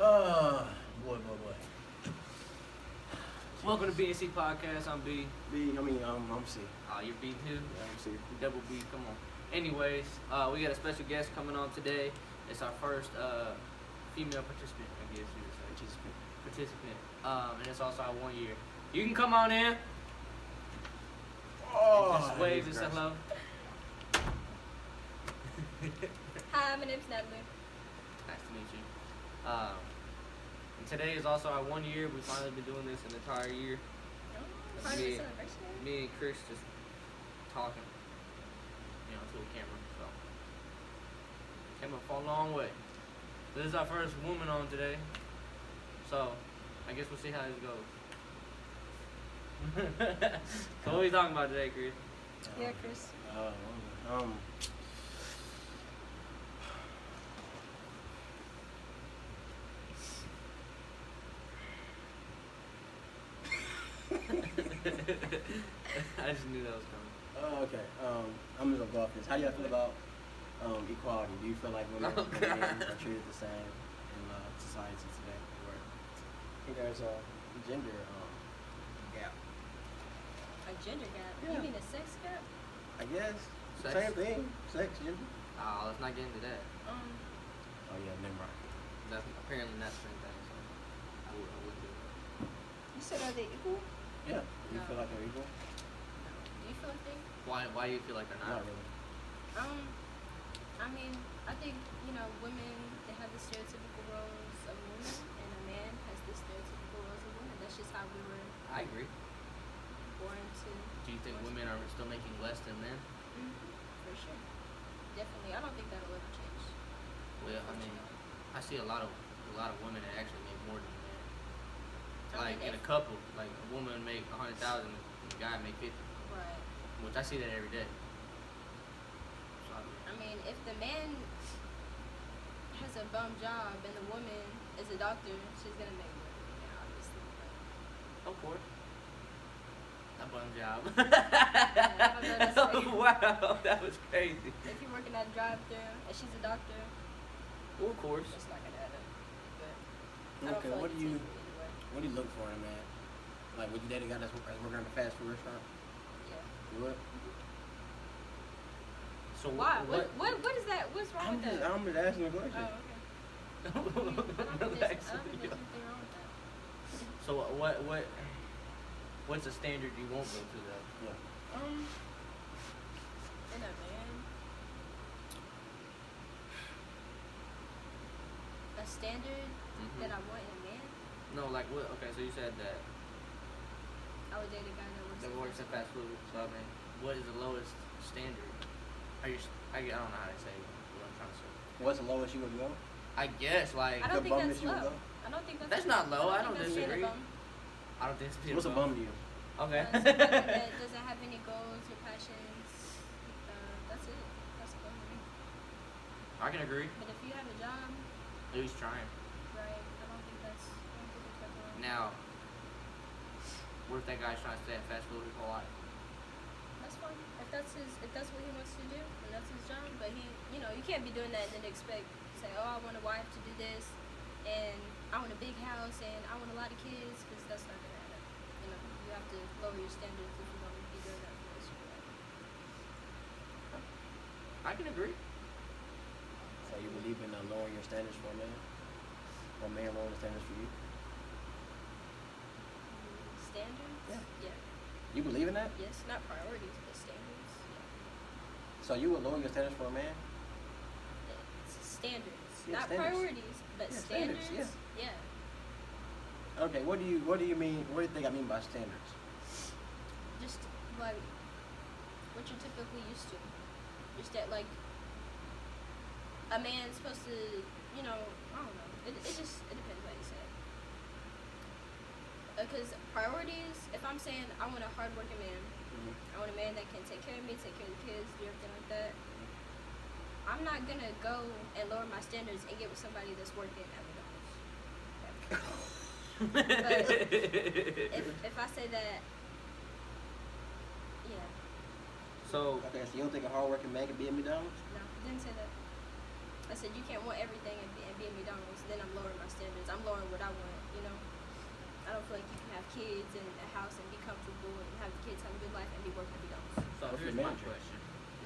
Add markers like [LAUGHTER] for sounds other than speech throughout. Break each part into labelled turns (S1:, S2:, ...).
S1: Uh, boy, boy, boy.
S2: Welcome to BNC Podcast. I'm B.
S1: B, I mean, um, I'm C.
S2: Uh, you're B too.
S1: Yeah, I'm C.
S2: You Double B. Come on. Anyways, uh, we got a special guest coming on today. It's our first uh, female participant, I guess you would say. Participant. Um, and it's also our one year. You can come on in.
S1: Oh,
S2: just wave and say hello.
S3: Hi, my name's Natalie.
S2: Nice to meet you. Um, and today is also our one year. We've finally been doing this an entire year.
S3: Finally,
S2: Yeah.
S3: it's anniversary.
S2: Oh, Me and Chris just talking, you know, to the camera. So came up a long way. This is our first woman on today, so I guess we'll see how this goes. [LAUGHS] so what are you talking about today, Chris? [LAUGHS]
S3: Yeah, Chris.
S1: Uh, um,
S2: I just knew that was coming.
S1: oh, okay. Um, I'm just gonna go off this. How do y'all feel about um, equality? Do you feel like women
S2: Oh,
S1: and men
S2: God.
S1: are treated the same in uh, society today? Or I think there's a gender. Um,
S2: Yeah.
S3: A gender gap.
S1: Yeah.
S3: You mean a sex gap?
S1: I guess
S2: Sex.
S1: same thing. Sex, gender.
S2: Oh, let's not get into that.
S3: Um,
S1: Oh yeah, never mind.
S2: That's apparently not the same thing. So I would, I would do that.
S3: you said are they equal?
S1: Yeah. Do you
S3: No.
S1: feel like they're equal?
S3: Do you feel like they?
S2: Why? Why do you feel like they're
S1: Not
S2: not?
S1: really.
S3: Um, I mean, I think you know, women they have the stereotypical roles of women, and a man has the stereotypical roles of women. That's just how we were
S2: I agree.
S3: born to.
S2: Do you think women are still making less than men?
S3: For sure. Definitely. I don't think that'll ever change.
S2: Well, I mean, I see a lot of a lot of women that actually make more than men.
S3: I
S2: Like in
S3: mean,
S2: a
S3: if-
S2: couple, like a woman make a hundred thousand, and a guy make fifty,
S3: right.
S2: which I see that every day. So, I mean,
S3: I mean, if the man has a bum job and the woman is a doctor, she's gonna make more than the man, obviously.
S2: of course. A bum
S3: [LAUGHS]
S2: job.
S3: Yeah, I don't know,
S2: wow, that was crazy.
S3: But if you're working at a drive-thru and she's a doctor,
S2: Well, of course.
S3: it's not gonna add up. But I don't
S1: Okay.
S3: feel like
S1: What
S3: it's
S1: do you?
S3: equal either way.
S1: What do you look for in a man? Like, would you date a guy that's, that's working at a fast food restaurant?
S3: Yeah.
S1: You would?
S2: So
S3: Why? What? What?
S2: [LAUGHS]
S3: What is that? What's wrong
S1: I'm
S3: with
S1: just,
S3: that?
S1: I'm just asking a
S3: Oh,
S1: question.
S3: okay. I
S1: [LAUGHS]
S3: mean, I don't think
S2: Relax,
S3: there's, I don't think
S2: yo.
S3: there's anything wrong with that.
S2: So what- what what what's the standard you won't go to though?
S1: Yeah.
S3: Um, in a man, a standard that I want in a man.
S2: Mm-hmm. No, like what? Okay, so you said that
S3: I would date a guy that works.
S2: that
S3: at
S2: works at
S3: fast
S2: fast food. So I mean, what is the lowest standard? Are you? s- I, gue- I don't know how to say what I'm trying to say.
S1: What's the lowest you would go?
S2: I guess like
S3: food. I
S1: The
S3: don't think
S1: bum
S3: that's
S1: that you would
S3: low.
S1: love?
S3: I don't think that's.
S2: That's not low. I don't
S3: think that's
S2: [LAUGHS] disagree.
S3: being a bum.
S2: I don't think it's being
S1: What's a bum to you?
S2: Okay. [LAUGHS]
S3: Uh, somebody that doesn't have any goals or passions. Uh, that's it. That's a bum to me.
S2: I can agree.
S3: But if you have a job,
S2: At least trying.
S3: right? I don't think that's. I don't think that's that low.
S2: Now, what if that guy's trying to stay at fast food his whole life?
S3: That's fine. If that's his, if that's what he wants to do, and that's his job. But he, you know, you can't be doing that and then expect, say, oh, I want a wife to do this, and I want a big house, and I want a lot of kids, because that's not gonna add up. You know, you have to lower your standards if you want to be doing that for the rest of your life.
S2: I can agree.
S1: So you believe in uh, lowering your standards for a man? Or a man lowering the standards for you?
S3: Standards. Yeah.
S1: You believe in that?
S3: Yes. Not priorities, but standards. Yeah.
S1: So you would lower your standards for a man?
S3: It's standards,
S1: Yeah,
S3: not
S1: standards.
S3: priorities, but
S1: Yeah, standards,
S3: standards.
S1: yeah.
S3: yeah.
S1: Okay. What do you What do you mean? What do you think I mean by standards?
S3: just like what you're typically used to. Just that like a man's supposed to, you know, I don't know. It, it just it depends how you say it. Because priorities, if I'm saying I want a hardworking man, I want a man that can take care of me, take care of the kids, do everything like that. I'm not gonna go and lower my standards and get with somebody that's working at McDonald's.
S1: Mm-hmm.
S3: If, if I say that, yeah,
S2: [LAUGHS] so
S1: [LAUGHS] Okay. So you don't think a hardworking man can be at McDonald's?
S3: No, I didn't say that. I said you can't want everything and be, and be at McDonald's. Then I'm lowering my standards. I'm kids and a house and be comfortable and have the kids have a good life and be working for McDonald's.
S2: So
S1: What if
S2: here's
S1: you're
S2: my
S1: manager?
S2: question.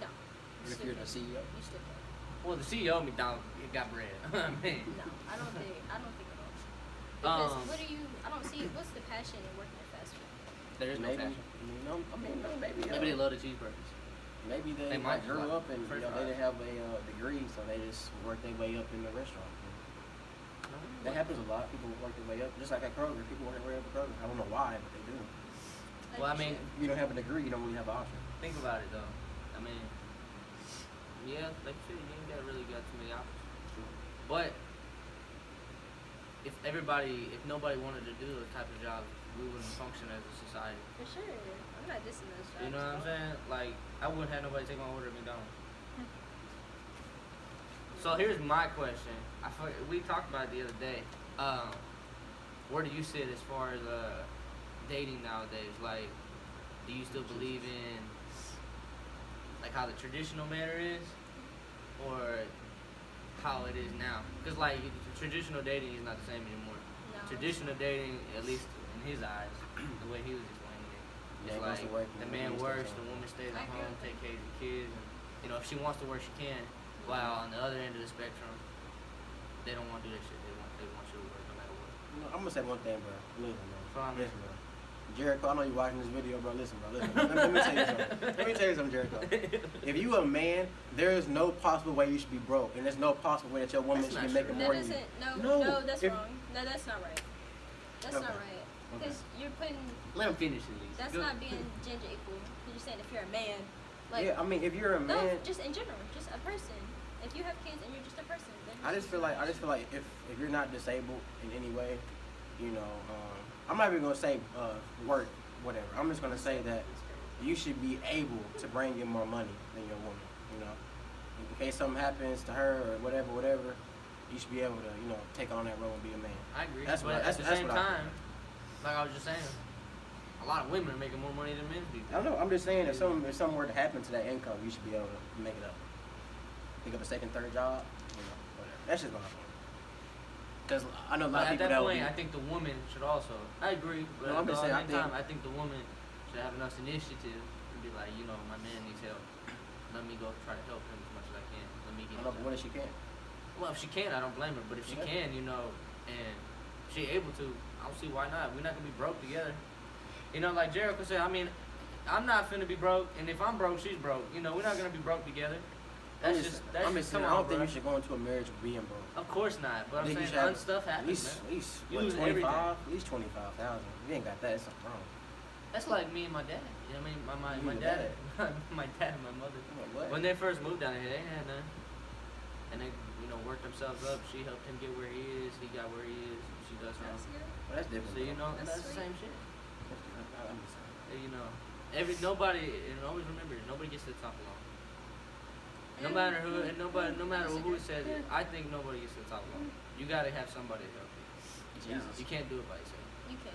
S3: No.
S1: What if you're the E CEO?
S3: You still can't.
S2: Well, the CEO of McDonald's it got bread. [LAUGHS] I mean,
S3: No, I
S2: [LAUGHS]
S3: don't think I don't think at all. Because
S2: Um,
S3: what do you? I don't see what's the passion in working at fast food.
S2: there is no
S1: maybe,
S2: passion.
S1: You know, I mean, no, maybe. uh,
S2: Maybe they love the cheeseburgers.
S1: Maybe they,
S2: They
S1: like,
S2: might just
S1: grew
S2: like
S1: up and you
S2: french
S1: know, they
S2: fries.
S1: didn't have a uh, degree, so they just worked their way up in the restaurant. you know. That happens a lot. People work their way up, just like at Kroger. People work their way up at Kroger. I don't know why, but they do.
S3: Like,
S2: Well, I
S3: you
S2: mean,
S3: should-
S1: If you don't have a degree, you don't really have an option.
S2: think about it though. I mean, yeah, like you said, you ain't got really got too many options. But if everybody, if nobody wanted to do those type of jobs, we wouldn't function as a society.
S3: for sure. I'm not dissing those jobs.
S2: You know what I'm
S3: at all.
S2: saying? Like, I wouldn't have nobody take my order at McDonald's. So here's my question. I feel, we talked about it the other day. Um, where do you sit as far as uh, dating nowadays? Like, do you still believe in like how the traditional manner is, or how it is now? Because like traditional dating is not the same anymore.
S3: No.
S2: Traditional dating, at least in his eyes, [CLEARS THROAT] the way he was explaining it,
S1: Man
S2: it's
S1: goes
S2: like
S1: to work,
S2: the
S1: the
S2: man
S1: woman stays
S2: works, the
S1: home.
S2: woman stays at
S3: I agree
S2: home,
S3: with
S2: take care of the kids, and you know if she wants to work, she can.
S3: Mm-hmm.
S2: While on the other end of the spectrum, they don't want to do that shit. They want they want you to work no matter
S1: [LAUGHS]
S2: what.
S1: No, I'm gonna say one thing, bro. Listen, bro.
S2: Fine.
S1: Listen, bro. Jericho, I know you're watching this video, bro. Listen, bro. Listen. Let, let me tell you something. Let me tell you something, Jericho. If you a man, there is no possible way you should be broke, and there's no possible way that your woman
S2: That's
S1: should be
S2: not
S1: making
S2: true.
S1: more
S3: That
S1: than you.
S3: doesn't. No, no,
S1: No,
S3: that's
S1: if-
S3: wrong. No, that's not right. That's not
S1: Okay.
S3: right.
S1: Okay.
S3: Because you're putting.
S2: Let him finish at least.
S3: That's
S2: Go-
S3: not
S1: [LAUGHS]
S3: being gender equal. 'Cause You're saying if you're a man, like
S1: yeah, I mean, if you're a
S3: no,
S1: man,
S3: just in general, just a person. If you have kids and you're just a person, then
S1: I just feel like I just feel like if if you're not disabled in any way, you know, um, I'm not even gonna say uh, work, whatever. I'm just gonna say that you should be able to bring in more money than your woman. You know, in case something happens to her or whatever, whatever, you should be able to you know take on that role and be a man.
S2: I agree.
S1: That's what
S2: but
S1: I-
S2: at
S1: that's-
S2: the
S1: that's
S2: same
S1: what I
S2: time, like I was just saying, a lot of women are making more money than men do.
S1: I don't know. I'm just saying if something if something were to happen to that income, you should be able to make it up. Pick up a second, third job. You know, whatever. That's just my opinion. Because I know a lot of
S2: But at
S1: people
S2: that
S1: that would
S2: point,
S1: be-
S2: I think the woman should also. I agree, but
S1: No, I'm
S2: at the
S1: just
S2: same
S1: saying, I
S2: time,
S1: think-
S2: I think the woman should have enough initiative to be like, you know, my man needs help. Let me go try to help him as much as I can. Let me
S1: I
S2: get.
S1: don't know,
S2: him
S1: but what if she can't?
S2: Well, if she can, I don't blame her. But if she
S1: Yeah.
S2: can, you know, and she able to, I don't see why not. We're not gonna be broke together. You know, like Jericho said. I mean, I'm not finna be broke, and if I'm broke, she's broke. You know, we're not gonna be broke together. That's
S1: I'm
S2: just, that's
S1: I'm
S2: just,
S1: saying,
S2: come
S1: I
S2: on,
S1: don't think
S2: bro.
S1: you should go into a marriage being broke.
S2: Of course not. But
S1: I
S2: I'm
S1: think
S2: saying,
S1: you should have
S2: fun stuff
S1: At
S2: happens,
S1: least,
S2: man.
S1: at least
S2: You
S1: what,
S2: lose
S1: 25,
S2: everything.
S1: at least twenty five thousand. If you ain't got that, it's something wrong.
S2: That's like me and my dad. You know what I mean? My
S1: You
S2: my, my
S1: and your
S2: dad, [LAUGHS] my dad and my mother.
S1: I'm like, what?
S2: When they first moved down here, they ain't had none. And they, you know, worked themselves up. She helped him get where he is. He got where he is. She does her
S3: That's
S2: own.
S3: good.
S1: Well, that's different.
S2: So you
S1: though.
S2: know,
S3: That's
S2: that's, the
S3: sweet.
S2: same shit.
S1: That's different. I- I'm just saying.
S2: You know, every nobody and always remember, nobody gets to the top alone. No
S3: Mm,
S2: matter who
S3: mm,
S2: and nobody, no
S3: mm,
S2: matter
S3: that's
S2: who it
S3: good.
S2: says it, I think nobody gets to the top alone. You gotta have somebody to help you.
S1: Jesus,
S2: You can't do it by yourself.
S3: You can.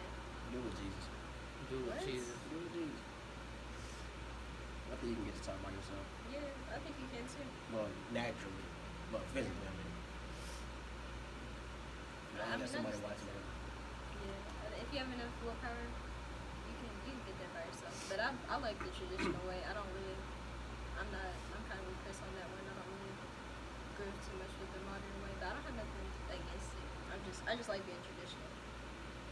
S1: do with Jesus.
S2: Do it with
S3: What?
S2: Jesus.
S1: Do with Jesus. I think you can get to the top by yourself.
S3: Yeah, I think you can too.
S1: Well, naturally, but physically, I mean. You know,
S3: I
S1: you
S3: mean,
S1: got somebody
S3: that's-
S1: watching it.
S3: Yeah, if you have enough willpower, you can you can get there by yourself. But I I like the traditional way. I don't really. I'm not. I'm kind of with Chris on that one. I don't really groove too much with the modern way. But I don't have nothing against it. I'm just I just like being traditional.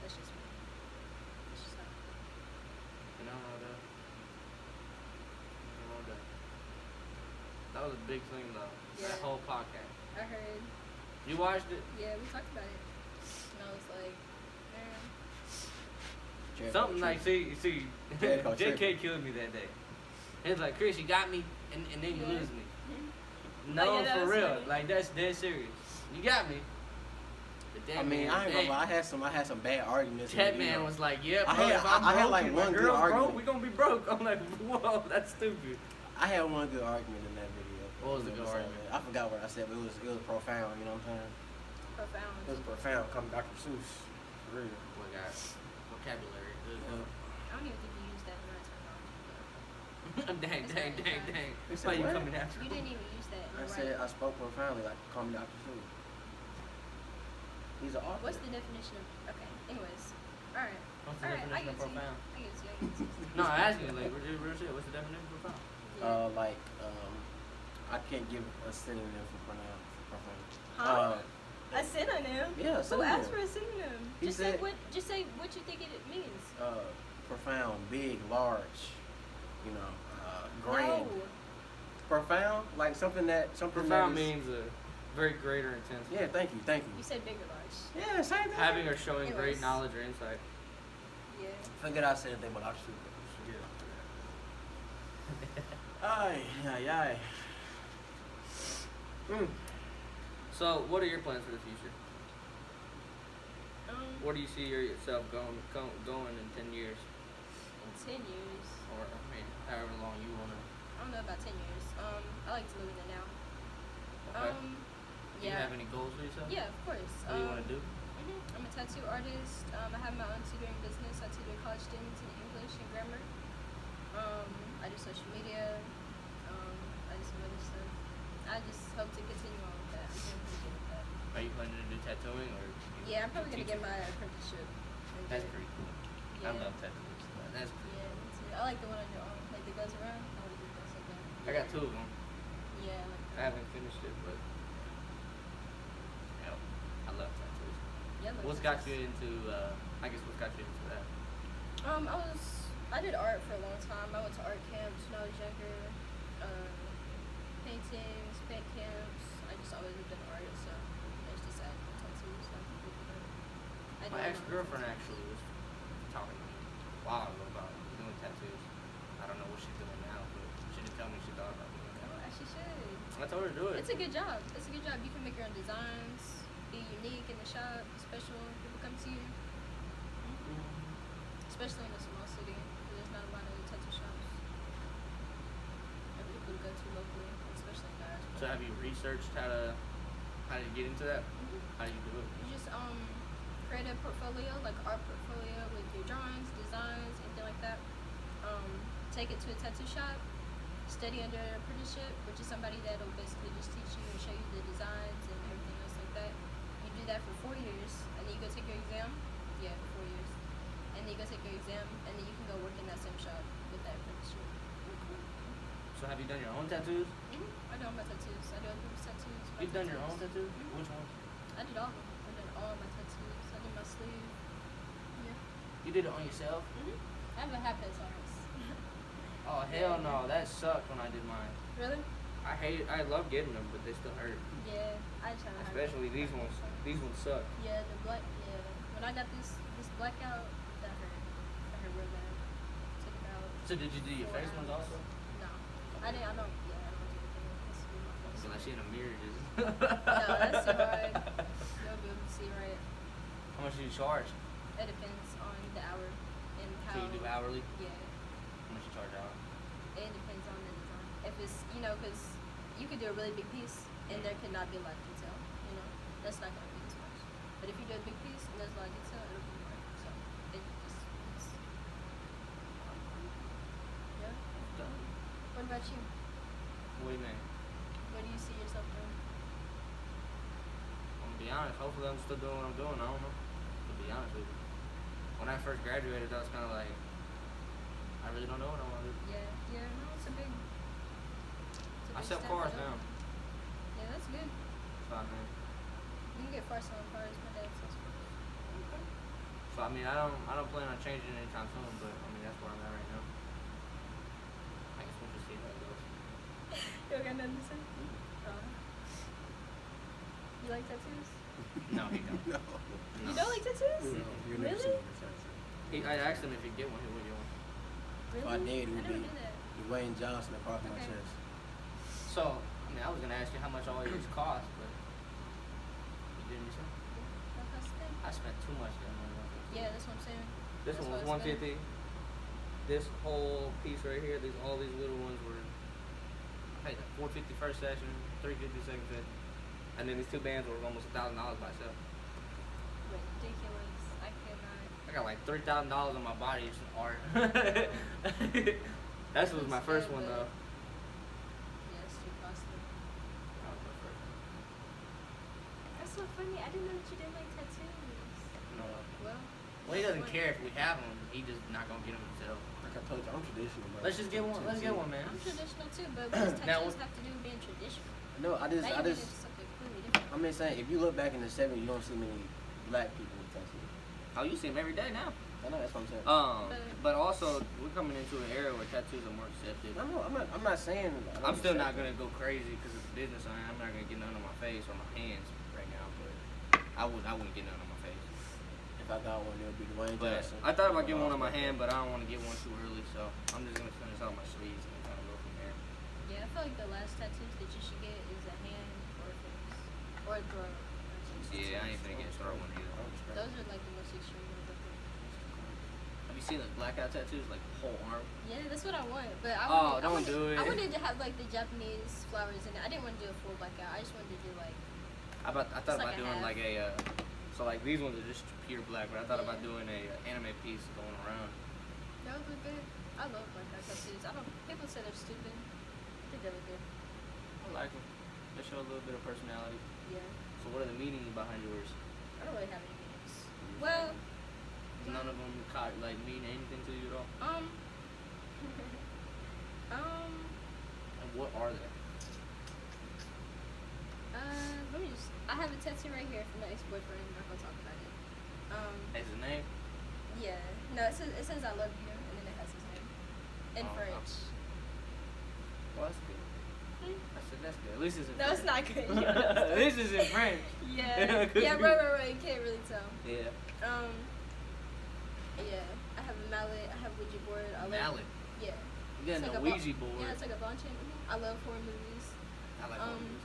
S3: That's just me. That's just how.
S2: And I don't know that. I don't know that. That was a big thing though. That
S3: Yeah.
S2: whole podcast.
S3: I heard.
S2: You watched it?
S3: Yeah, we talked about it, and I was like, man,
S1: Jericho
S2: Something like
S1: tripping.
S2: see see
S1: Yeah, called
S2: JK
S1: tripping.
S2: killed me that day. He was like, Chris, you got me and, and then you
S3: Yeah.
S2: lose me.
S3: Oh,
S2: No
S3: yeah, that
S2: for
S3: was
S2: real.
S3: funny.
S2: Like that's dead serious. You got me. But that
S1: I mean,
S2: man,
S1: I ain't
S2: that,
S1: gonna lie. I had some, I had some bad arguments. with
S2: that
S1: you
S2: man
S1: know.
S2: was like, Yeah, bro,
S1: I had-
S2: if I'm
S1: I- I had,
S2: broke,
S1: like,
S2: and
S1: one
S2: my
S1: good
S2: girl's broke,
S1: argument.
S2: we gonna be broke. [LAUGHS] I'm like, Whoa, that's stupid.
S3: Oh
S1: I had one good argument in that video.
S2: What was the
S1: You know
S2: good
S1: I'm saying?
S2: argument?
S1: I forgot what I said, but it was it was profound. You know what I'm saying?
S3: profound.
S1: It was profound. Coming back from Seuss, for real.
S2: Well guys, vocabulary. good,
S1: Yeah.
S2: huh?
S3: I don't even think you used that in our terminology. but-
S2: [LAUGHS] dang, dang,
S3: It's
S2: dang,
S3: not- it's not-
S2: dang.
S1: It's
S2: Why
S1: a
S2: you
S1: what?
S2: coming after
S3: You
S2: me?
S3: didn't even use that. in
S1: I
S3: your
S1: said
S3: writing.
S1: I spoke profoundly, like coming back from Seuss. He's an author.
S3: What's the definition of okay? Anyways, All right.
S2: What's the
S3: All right.
S2: definition
S3: I give
S2: of
S3: it to you.
S2: profound?
S3: I give it to you. I give it to you.
S2: No, I asked you, like, real real shit, what's the definition of profound?
S3: Yeah.
S1: Uh, like, um, I can't give a synonym for pronoun. For pronoun.
S3: huh?
S1: Uh,
S3: a synonym.
S1: yeah,
S3: Who
S1: synonym.
S3: asked for a synonym?
S1: He
S3: just say
S1: said-
S3: what. Just say what you think it means.
S1: uh, profound, big, large, you know, uh, grand.
S3: No.
S1: Profound, like something that something
S2: Profound
S1: that is,
S2: means a very great or intense.
S1: Yeah, thank you, thank
S3: You
S1: you.
S3: said big or large.
S1: Yeah, same thing.
S2: Having or showing great
S3: Anyways.
S2: knowledge or insight.
S3: Yeah.
S1: Forget I said anything, but I'm stupid. Ay, ay, ay. Mm.
S2: So, what are your plans for the future?
S3: Um,
S2: Where do you see yourself going go- going in 10 years?
S3: in ten years.
S2: Or, I mean, however long you want to.
S3: I don't know about ten years. Um, I like to live in the now.
S2: Okay.
S3: Um,
S2: do you
S3: yeah.
S2: have any goals for yourself?
S3: Yeah, of course.
S2: What do you
S3: Um,
S2: want to do?
S3: hmm I'm a tattoo artist. Um, I have my own tutoring business. I tutor college students in English and grammar. Um, I do social media. Um, I do some other stuff. I just hope to continue on with that. I'm doing pretty good with that.
S2: Are you planning to do tattooing or? you-
S3: Yeah, I'm
S2: you
S3: probably gonna
S2: teach-
S3: get my apprenticeship. and do
S2: That's
S3: it.
S2: pretty cool.
S3: Yeah.
S2: I love tattoos. man. That's pretty.
S3: Yeah, me too. I like the one on your arm, like that goes around. I like the goes like that.
S2: I got two of them.
S3: Yeah, I like
S2: I haven't finished it, but yeah, I love tattoos.
S3: yeah. I like
S2: What's
S3: those.
S2: got you into? Uh, I guess what's got you into that?
S3: Um, I was I did art for a long time. I went to art camps when I was younger. Um, paintings, paint camps. I just always have done art, so I just decided to tattoo stuff. I do
S2: My
S3: love
S2: ex girlfriend
S3: tattoos.
S2: actually was talking to me a while ago about doing tattoos. I don't know what she's doing now, but she did tell me she thought about doing
S3: Oh,
S2: that.
S3: actually, should.
S2: I told her to do it.
S3: It's a good job. It's a good job. You can make your own designs. Be unique in the shop. Special. People come to you.
S2: Mm-hmm.
S3: Especially in a small city, 'cause there's not a lot of tattoo shops that people go to locally, especially in Dyersburg.
S2: so have you researched how to how to get into that?
S3: Mhm.
S2: How do you do it?
S3: You just um create a portfolio, like art portfolio with your drawings, designs, anything like that. Um, take it to a tattoo shop, study under an apprenticeship, which is somebody that'll basically just teach you and show you the designs and everything else like that. You do that for four years, and then you go take your exam. Yeah, four years, and then you go take your exam, and then you can go work in that same shop with that apprenticeship.
S2: So have you done your own tattoos?
S3: Mm-hmm. I do all my tattoos. I do other people's tattoos. my
S2: You've done your own
S3: tattoos.
S2: tattoos?
S3: Mhm.
S2: Which one?
S3: I did all of them. I did all my tattoos. I did my sleeve. Yeah.
S2: You did it on yourself?
S3: I have a half head artist.
S2: Mm-hmm. Oh hell no, that sucked when I did mine.
S3: Really?
S2: I hate I love getting them, but they still hurt.
S3: Yeah, I try to hide it.
S2: Especially these ones. These ones suck.
S3: Yeah, the black. Yeah, when I got this this blackout, that hurt. That hurt real bad. Took about.
S2: So did you do your
S3: four
S2: face ones
S3: hours.
S2: also?
S3: No, I didn't. I don't. Yeah, I don't do anything else with my face.
S2: So like she in a mirror [LAUGHS] just.
S3: No, that's too
S2: [LAUGHS]
S3: hard. You'll be able to see right.
S2: How much do you charge?
S3: It depends on the hour and
S2: So
S3: how.
S2: you do hourly?
S3: Yeah.
S2: How much you charge hourly?
S3: It depends on the design. If it's, you know, because you could do a really big piece and there could not be a lot of detail, you know, that's not going to be as much. But if you do a big piece and there's a lot of detail, it'll be more. So it just depends. Yeah. What about you?
S2: What do you mean?
S3: What do you see yourself doing?
S2: I'm gonna be honest. Hopefully, I'm still doing what I'm doing. I don't know. To be honest with you, when I first graduated, I was kind of like, I really don't know what I want to do.
S3: Yeah, yeah, no, it's a big. it's a
S2: I
S3: big
S2: sell
S3: step
S2: cars
S3: up.
S2: now.
S3: Yeah, that's good.
S2: So I mean,
S3: You can get far selling cars. My dad sells cars.
S2: so I mean, I don't, I don't plan on changing anytime soon. But I mean, that's where I'm at right now. I guess we'll just see how it goes.
S3: You don't got nothing to say? Oh. You like tattoos?
S2: No, he don't.
S1: [LAUGHS] No.
S3: You don't like tattoos?
S1: No, you'll never see
S3: Really?
S1: me with tattoos.
S2: He, I asked him if he'd get one. He would get one.
S1: If
S3: Really?
S1: I did, it would
S3: I never
S1: be-
S3: knew that.
S1: Dwayne Johnson across my
S3: Okay.
S1: chest.
S2: So I mean, I was gonna ask you how much all yours cost, but you didn't. So
S3: That costs a thing.
S2: I spent too much that money. on this.
S3: Yeah, that's what I'm saying.
S2: This
S3: That's
S2: one was
S3: what I was
S2: 150. This whole piece right here, these all these little ones were I paid like 450 first session, 350 second session, and then these two bands were almost a thousand dollars by itself.
S3: Ridiculous. I cannot.
S2: I got like three thousand dollars on my body just in art. [LAUGHS] That's was my first one though.
S3: Yes, too costly.
S2: That was my first one.
S3: That's so funny. I didn't know that you didn't like tattoos.
S2: No.
S3: Well,
S2: Well, he doesn't
S4: doesn't care if we have them. He just not gonna get them himself.
S1: Like I told you, I'm traditional, bro.
S4: Let's just get one. Let's get one, man.
S3: I'm traditional too, but what does
S4: Now-
S3: tattoos have to do with being traditional?
S1: No, I just, I
S3: Now you're getting
S1: just,
S3: into something completely different.
S1: I'm just saying, if you look back in the '70s, you don't see many black people with tattoos.
S2: Oh, you see them every day now.
S1: I know that's what I'm saying.
S2: Um,
S3: But-
S2: but also we're coming into an era where tattoos are more accepted.
S1: I know, I'm not, I'm not saying. I don't
S2: I'm still not
S1: accept it.
S2: gonna go crazy because it's a business owner. I'm not gonna get none on my face or my hands right now, but I would I wouldn't get none on my face.
S1: If I got one, it'll be Dwayne
S2: But
S1: Johnson.
S2: I thought about getting one on my hand, but I don't want to get one too early, so I'm just gonna finish out my sleeves and kind of go from there.
S3: Yeah, I feel like the last tattoos that you should get is a hand or a face or a throat. or something.
S2: Yeah, I ain't finna get a star one either.
S3: Those are like the most extreme. ones, I think.
S2: Have you seen the blackout tattoos, like the whole arm?
S3: Yeah, that's what I want, but I
S2: Oh,
S3: wanted,
S2: don't
S3: I wanted,
S2: do it.
S3: I wanted to have like the Japanese flowers in it. I didn't want to do a full blackout. I just wanted to do like
S2: I about I thought
S3: It's like
S2: about
S3: a
S2: doing
S3: half.
S2: like a, uh, so like these ones are just pure black, but I thought about doing a uh, anime piece going around.
S3: that would look good. I love blackout tattoos. I don't. People say they're stupid. I think they look good.
S2: I like them. They show a little bit of personality.
S3: Yeah,
S2: So what are the meanings behind yours?
S3: I don't really have any meanings. Well, Mm-hmm.
S2: None of them caught, like mean anything to you at all.
S3: um, [LAUGHS] um,
S2: And what are they?
S3: uh, let me just. I have a tattoo right here from my ex-boyfriend. I'm not gonna talk about it. Um,
S2: As a name?
S3: yeah, no, it says it says I love you, and then it has his name in
S2: Oh, oh.
S3: French.
S2: Well, that's good.
S3: Hmm?
S2: I said that's good. At least it's in
S3: No, it's
S2: French.
S3: not good. [LAUGHS] Yeah.
S2: [LAUGHS] this is in French. [LAUGHS]
S3: Yeah. yeah, right, right, right. You can't really tell.
S2: Yeah.
S3: Um. Yeah, I have a mallet. I have a Ouija board. I love.
S2: Mallet.
S3: Yeah.
S2: You got
S3: It's
S2: an
S3: like a bo-
S2: Ouija board.
S3: Yeah, it's like a bond chain. Mhm. I love horror movies.
S2: I like
S3: um,
S2: Ouija.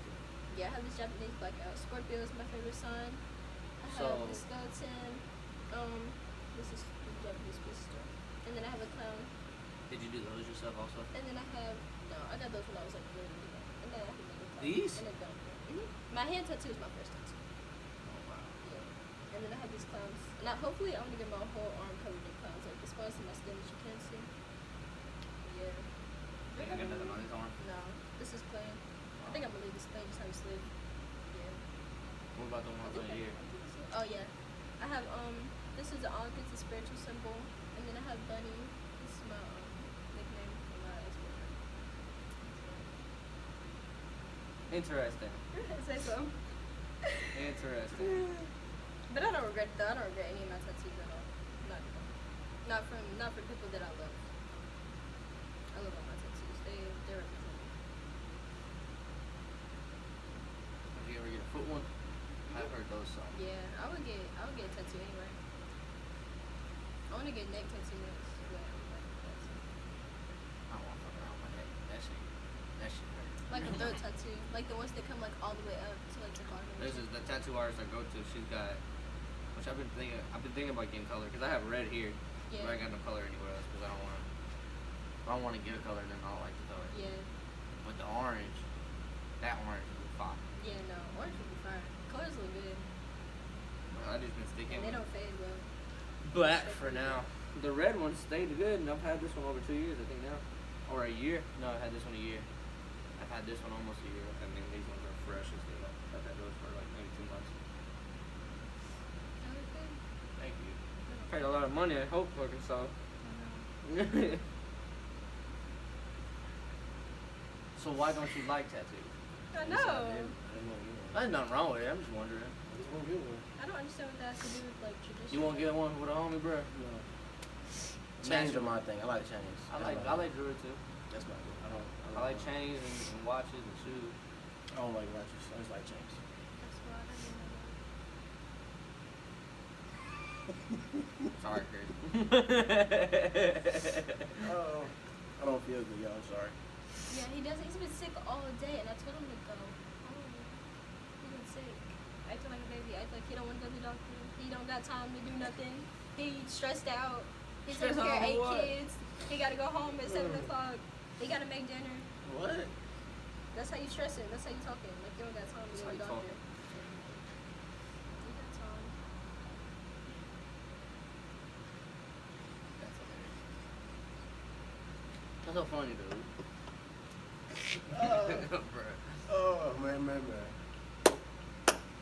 S3: Yeah, I have this Japanese blackout. Scorpio is my favorite sign. I have
S2: So-
S3: the skeleton. Um, this is the Japanese piece store. And then I have a clown.
S2: Did you do those yourself also?
S3: And then I have no, I got those when I was like really, really young. And then I have another clown.
S2: These?
S3: And a dog. Mhm. My hand tattoo is my first tattoo.
S2: Oh wow.
S3: Yeah. And then I have these clowns. And I, hopefully I'm gonna get my whole arm covered in clowns. Like this one's in my skin that you can see. Yeah.
S2: You ain't got nothing on his arm.
S3: No, this is plain. I think I'm gonna leave this plain just how you sleep. Yeah.
S2: What about the ones
S3: I think
S2: on
S3: I-
S2: your ear?
S3: I think so. Oh yeah. I have um this is the Ankh, it's a spiritual symbol. And then I have Bunny. This is my um, nickname for my ex-boyfriend.
S2: Interesting.
S3: Say so.
S2: Interesting.
S3: [LAUGHS] But I don't regret that. I don't regret any of my tattoos at all. Not, not from, not for people that I love. I love all my tattoos. They, they represent me.
S2: Did you ever get a foot one? I've heard those songs.
S3: Yeah, I would get, I would get a tattoo anyway. I want to get neck tattoo next. But like, that's,
S2: I don't want to fuck around with my neck. That shit. That shit hurt.
S3: like
S2: [LAUGHS]
S3: a throat tattoo, like the ones that come like all the way up to like the bottom.
S2: There's this, the tattoo artist I go to. She's got, which I've been thinking. I've been thinking about getting color because I have red here,
S3: yeah,
S2: but I got no color anywhere else because I don't want. to. If I want to get a color, then I don't like the color.
S3: yeah,
S2: But the orange, that orange is fire.
S3: yeah. No, orange would be fire. Colors look good,
S2: I just been sticking
S3: and they don't fade well.
S2: black for now. The red one stayed good, and I've had this one over two years, I think now, or a year. No, I've had this one a year. I've had this one almost a year. I mean, these ones are fresh as they are. I've had those for like maybe two months.
S3: They look good.
S2: Thank [LAUGHS] you. Paid a lot of money. I hope fucking so. so why don't you like tattoos?
S3: I
S1: Yes,
S3: know.
S1: I did. I didn't know you were.
S2: There's nothing wrong with it. I'm just wondering.
S1: It's one good one.
S3: I don't understand what that has to do with like tradition.
S2: You won't get one with a homie, bro.
S1: Chains
S2: Natural.
S1: are my thing. I like chains.
S2: I
S1: That's
S2: like
S1: my-
S2: I like jewelry too.
S1: That's my thing. I don't.
S2: I like chains and, and watches and shoes.
S1: I don't like watches. I just like chains.
S3: That's why I don't know.
S2: Sorry,
S1: [LAUGHS]
S2: [LAUGHS] Chris.
S1: Oh. I don't feel good, y'all. I'm sorry.
S3: Yeah, he doesn't. He's been sick all day, and I told him to go. home. He's been sick. Acting like a baby. Act like he don't want to go to the doctor. He don't got time to do nothing. He stressed out. He
S2: Stressed
S3: taking care
S2: out
S3: of
S2: over
S3: eight
S2: what?
S3: kids. He gotta go home at seven
S1: Mm.
S3: o'clock. He gotta make dinner.
S1: What?
S3: That's how you stressing. That's how you talking. Like you don't got time to
S2: That's
S3: go
S2: how
S3: to
S2: you
S3: the doctor. You got time.
S2: That's so funny, dude. [LAUGHS] Bruh.
S1: Oh man, man, man.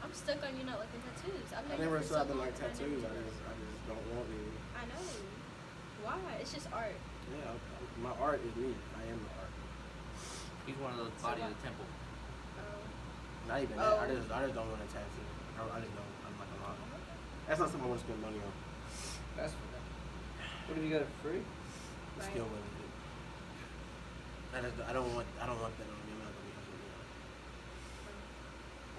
S3: I'm stuck on you not liking tattoos. I've
S1: I
S3: known you
S1: never
S3: for
S1: said
S3: so
S1: I didn't
S3: long,
S1: like
S3: and I never
S1: tattoos. I
S3: did.
S1: just, I just, don't want me.
S3: I know. Why? It's just art.
S1: Yeah, I- my art is me. I am the art.
S2: He's one of those
S3: So
S2: body of
S3: what?
S2: the temple.
S3: Um,
S1: Not even that. I
S3: Oh.
S1: just I just don't want a tattoo. I, I just don't. I'm like a lot. That's not something I want to spend money on.
S5: That's for that. What if you got it free?
S1: It's
S3: Right.
S1: Still wouldn't do. I just I don't want I don't want that on me. I'm not gonna be honest with you.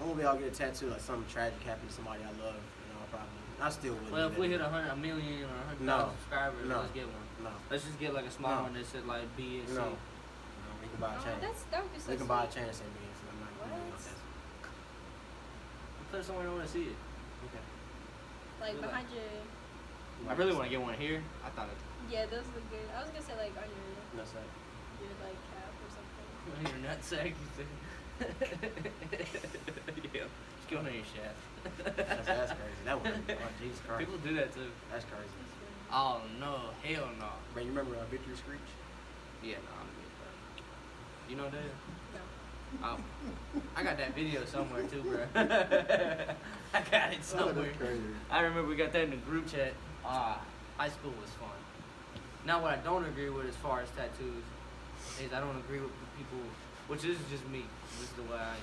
S1: I'm gonna be all get a tattoo like something tragic happened to somebody I love. You know, I probably I still wouldn't.
S2: Well,
S1: do
S2: if we
S1: that.
S2: hit a hundred, a million, or a hundred
S1: No.
S2: thousand subscribers,
S1: No.
S2: let's get one.
S1: no,
S2: Let's just get like a small
S1: No.
S2: one that said like B and C.
S1: no, no, they can buy a
S3: oh,
S1: chain.
S3: that's that would be so
S1: they can buy a
S3: sweet.
S1: chain and send me. it, So I'm not gonna do
S3: What?
S1: that.
S2: Put it somewhere I want to see it.
S1: Okay.
S3: Like
S2: Really?
S3: behind your
S2: I really want to get one here. I thought it
S3: yeah, those look good. I was gonna say like on your
S1: That's it.
S3: your like cap or something.
S2: your nutsack. [LAUGHS] yeah, just get one on your shaft.
S1: That's, that's crazy. That one. Oh, Jesus Christ.
S2: People do that too.
S1: That's crazy.
S3: That's really-
S2: Oh no, hell no.
S1: Bro, you remember uh, Victory Screech?
S2: Yeah, no, I'm good, bro. You know that?
S3: No.
S2: Oh, I got that video somewhere too, bro. [LAUGHS] I got it somewhere.
S1: crazy.
S2: I remember we got that in the group chat. Ah, high school was fun. Now, what I don't agree with as far as tattoos is I don't agree with the people, which is just me. This is the way I am.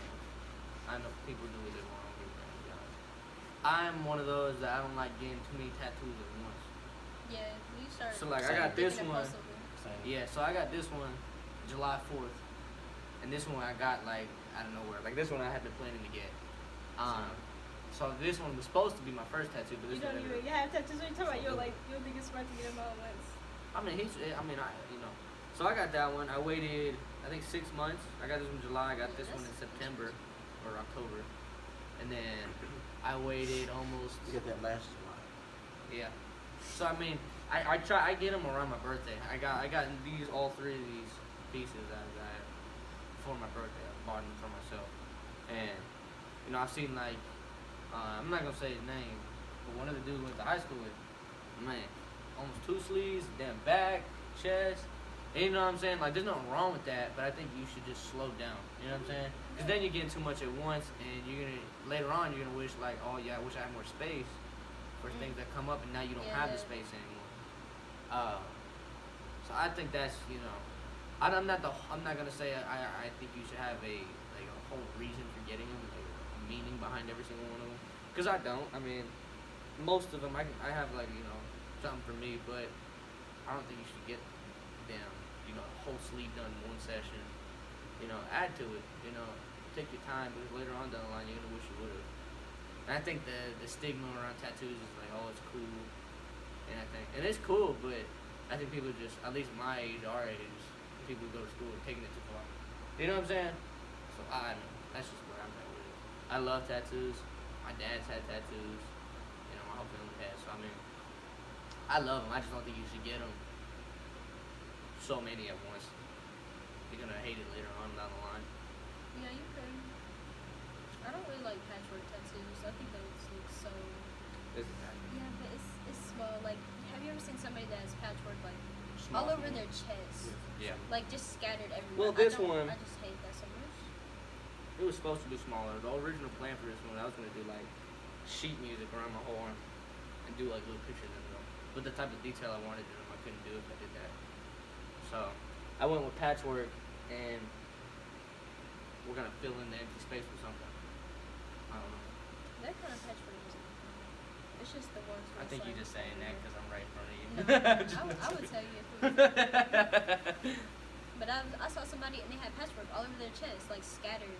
S2: I know people do what they want. I don't give a damn, to be honest. I'm one of those that I don't like getting too many tattoos at once.
S3: Yeah, you start.
S2: So, like, I got
S3: start
S2: this
S3: picking up
S2: one.
S3: muscle.
S1: Same.
S2: Yeah, so I got this one July 4th. And this one I got like out of nowhere. Like this one I had been planning to get. Um, so this one was supposed to be my first tattoo, but
S3: You
S2: this
S3: don't
S2: one
S3: even. You have tattoos. What you talking about? You're like you're thinking smart to get them all at once.
S2: I mean, he's. I mean, I. You know. So I got that one. I waited. I think six months. I got this one in July. I got this one in September, or October, and then I waited almost.
S1: You got that last July.
S2: Yeah. So I mean, I, I try. I get them around my birthday. I got. I got these all three of these pieces that I got for my birthday. I bought them for myself, and you know I've seen like. Uh, I'm not gonna say his name, but one of the dudes went to high school with. Man, almost two sleeves, damn back, chest. And you know what I'm saying? Like, there's nothing wrong with that, but I think you should just slow down. You know what I'm saying? Because then you're getting too much at once, and you're gonna later on you're gonna wish like, oh yeah, I wish I had more space for
S3: Mm.
S2: things that come up, and now you don't have the
S3: Yeah.
S2: space anymore. Uh, so I think that's you know, I, I'm not the I'm not gonna say I, I I think you should have a like a whole reason for getting them, like a meaning behind every single one of them. Cause I don't. I mean, most of them I can, I have like you know something for me, but I don't think you should get damn you know whole sleeve done in one session. You know, add to it. You know, take your time because later on down the line you're gonna wish you would have. And I think the the stigma around tattoos is like oh it's cool, and I think and it's cool, but I think people just at least my age, our age, people who go to school are taking it too far. You know what I'm saying? So I don't know. That's just where I'm at with it. I love tattoos. My dad's had tattoos. You know, my whole family has. So I mean, I love them. I just don't think you should get them so many at once. You're gonna hate it later on down the line.
S3: Yeah, you could. I don't really like patchwork tattoos. I think those look so.
S5: This is happening.
S3: Yeah, but it's it's small. Like, have you ever seen somebody that has patchwork like
S2: Small
S3: all over
S2: thing.
S3: their chest,
S2: Yeah.
S3: like just scattered everywhere?
S5: Well,
S3: I
S5: this
S3: don't-
S5: one-
S3: I just hate that so much.
S2: It was supposed to be smaller. The original plan for this one, I was gonna do like sheet music around my whole arm and do like little pictures in them. But the type of detail I wanted in them, I couldn't do if I did that. So I went with patchwork, and we're gonna fill in the empty space with something. I don't know.
S3: That kind of patchwork is. It's just the ones. where
S2: I
S3: it's
S2: think
S3: like,
S2: you're just saying that because I'm right in front of you.
S3: No,
S2: [LAUGHS]
S3: I, would, I would tell you if it was. But I, I saw somebody and they had patchwork all over their chest, like scattered.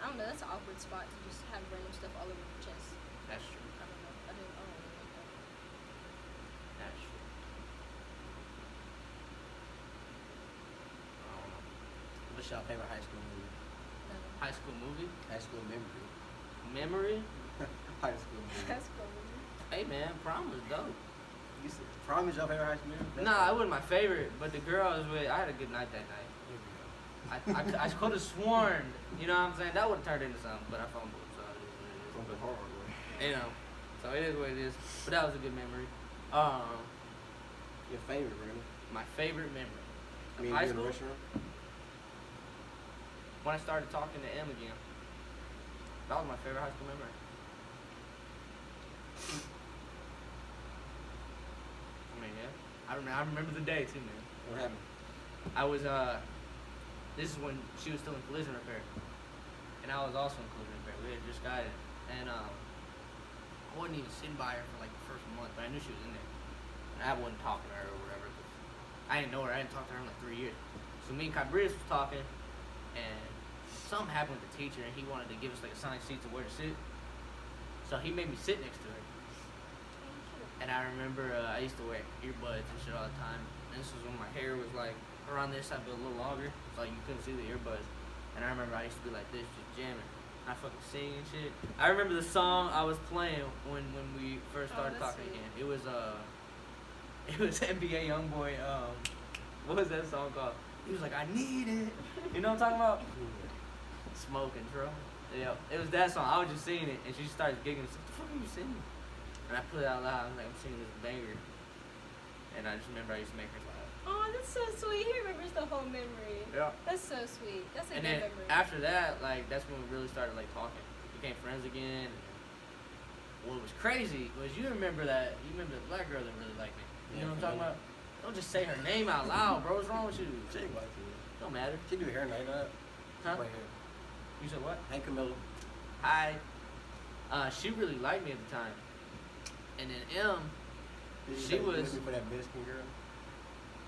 S3: I don't know. That's an awkward spot to just have random stuff all over your chest.
S2: That's true.
S3: I don't know. I didn't. I don't really like that.
S2: That's true. I don't know.
S1: What's your favorite high school movie?
S3: No.
S2: High school movie
S1: High school memory.
S2: memory.
S1: high school memory.
S3: That's cool.
S2: Hey man, prom was dope.
S1: You said, prom is your favorite high school memory? That's
S2: Nah, I
S1: fine.
S2: wasn't my favorite, but the girl I was with, I had a good night that night.
S1: Here we
S2: I,
S1: [LAUGHS]
S2: I, could have sworn, you know what I'm saying? That would have turned into something, but I fumbled, so it is
S1: go.
S2: what
S1: From
S2: it
S1: the
S2: is.
S1: horror way.
S2: But, you know, so it is what it is. But that was a good memory. Um,
S1: Your favorite, Brandon?
S2: my favorite memory.
S1: Me and
S2: high
S1: you in the
S2: school?
S1: restaurant?
S2: When I started talking to M again, that was my favorite high school memory. I don't know. I remember the day too, man.
S5: What happened?
S2: I was uh, this is when she was still in collision repair, and I was also in collision repair. We had just got it, and um, I wasn't even sitting by her for like the first month, but I knew she was in there, and I wasn't talking to her or whatever. 'cause I didn't know her. I hadn't talked to her in like three years. So me and Kybriz was talking, and something happened with the teacher, and he wanted to give us like assigned seats of where to sit. So he made me sit next to her. And I remember uh, I used to wear earbuds and shit all the time. And this was when my hair was like around this side, but a little longer, so you couldn't see the earbuds. And I remember I used to be like this, just jamming. I fucking sing and shit. I remember the song I was playing when when we first
S3: Oh,
S2: started
S3: that's
S2: talking
S3: sweet.
S2: again. It was uh, [LAUGHS] it was NBA YoungBoy. Um, what was that song called? He was like, I need it. You know what I'm talking about? Smoking, bro. Yeah, it was that song. I was just singing it, and she starts giggling. She's like, "The fuck are you singing?" And I put it out loud. I was like, "I'm singing this banger," and I just remember I used to make her laugh.
S3: Oh, that's so sweet. He remembers the whole memory.
S2: Yeah.
S3: That's so sweet. That's
S2: And
S3: a
S2: then
S3: good memory.
S2: after that, like that's when we really started like talking. Became friends again. And what was crazy was you remember that you remember the black girl that really liked me. You know what I'm talking about? Don't just say her name out loud, bro. What's wrong with you?
S1: She ain't white,
S2: Don't matter.
S1: She do hair like that.
S2: Huh?
S1: White hair.
S2: You said what?
S1: Hey, Camilla.
S2: I uh, she really liked me at the time. And then M
S1: Did you
S2: She
S1: say you
S2: was-
S1: looking for that Mexican girl.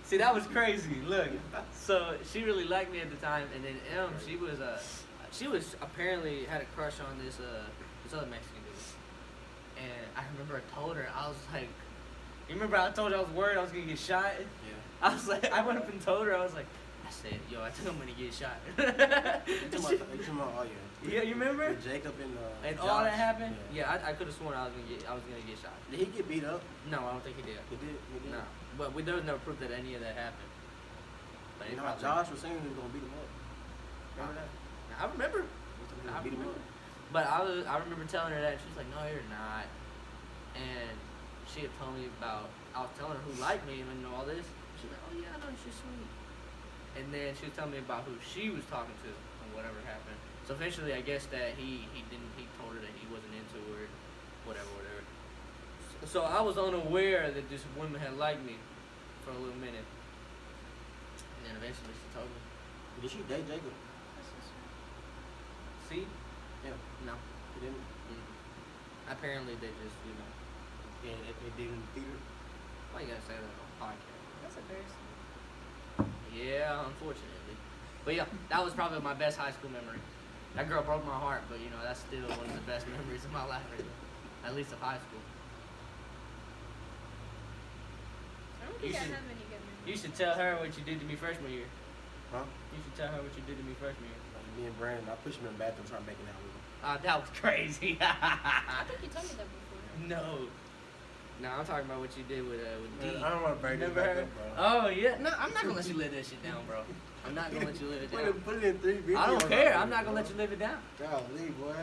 S2: See that was crazy. Look. So she really liked me at the time and then M she was uh she was apparently had a crush on this uh this other Mexican dude. And I remember I told her, I was like you remember I told you I was worried I was gonna get shot? [LAUGHS]
S1: Yeah.
S2: I was like I went up and told her, I was like, I said, yo, I think I'm gonna get shot. [LAUGHS]
S1: You talking about, you talking about all your-
S2: Yeah, you remember?
S1: with Jacob and uh,
S2: and all that
S1: Josh?
S2: happened? Yeah, I, I could have sworn I was gonna get I was gonna get shot.
S1: Did he get beat up?
S2: No, I don't think he did.
S1: He did. He did.
S2: No, but we there's no proof that any of that happened. But
S1: You
S2: it
S1: know how
S2: probably-
S1: Josh was saying he was gonna beat him up. Remember that?
S2: I remember.
S1: He told me he
S2: I
S1: was beat him
S2: remember.
S1: up.
S2: But I was, I remember telling her that and she was like, "No, you're not." And she had told me about I was telling her who liked me and all this. She's like, "Oh yeah, I know she's sweet." And then she was telling me about who she was talking to and whatever happened. So eventually, I guess that he he didn't he told her that he wasn't into her, whatever, whatever. So I was unaware that this woman had liked me for a little minute, and then eventually she told me.
S1: Did she date Jacob?
S3: That's so
S2: See?
S3: sweet.
S1: Yeah.
S2: No.
S1: He didn't.
S2: Mm-hmm. Apparently they just, you know,
S1: Yeah, it, it didn't beat her.
S2: why you gotta say that on podcast?
S3: That's embarrassing.
S2: Yeah, unfortunately. But [LAUGHS] yeah, that was probably my best high school memory. That girl broke my heart, but you know, that's still one of the best [LAUGHS] memories of my life right now. At least of high school.
S3: I don't
S2: You
S3: think I
S2: should-
S3: have any good memories.
S2: You should tell her what you did to me freshman year.
S1: Huh?
S2: You should tell her what you did to me freshman year.
S1: Like me and Brandon, I pushed him in the bathroom, trying to make it out with him.
S2: Ah, that was crazy. [LAUGHS]
S3: I think you told me that before.
S2: no. No, I'm talking about what you did with uh, with
S1: Man,
S2: D.
S1: I don't want to break this
S2: Never
S1: back
S2: heard.
S1: up, bro.
S2: Oh yeah, no, I'm not gonna let you live that shit down, bro. I'm not gonna let you [LAUGHS] live it
S1: Put it,
S2: down.
S1: put it in three videos.
S2: I don't care. I'm not gonna let you live it down.
S1: Golly, boy.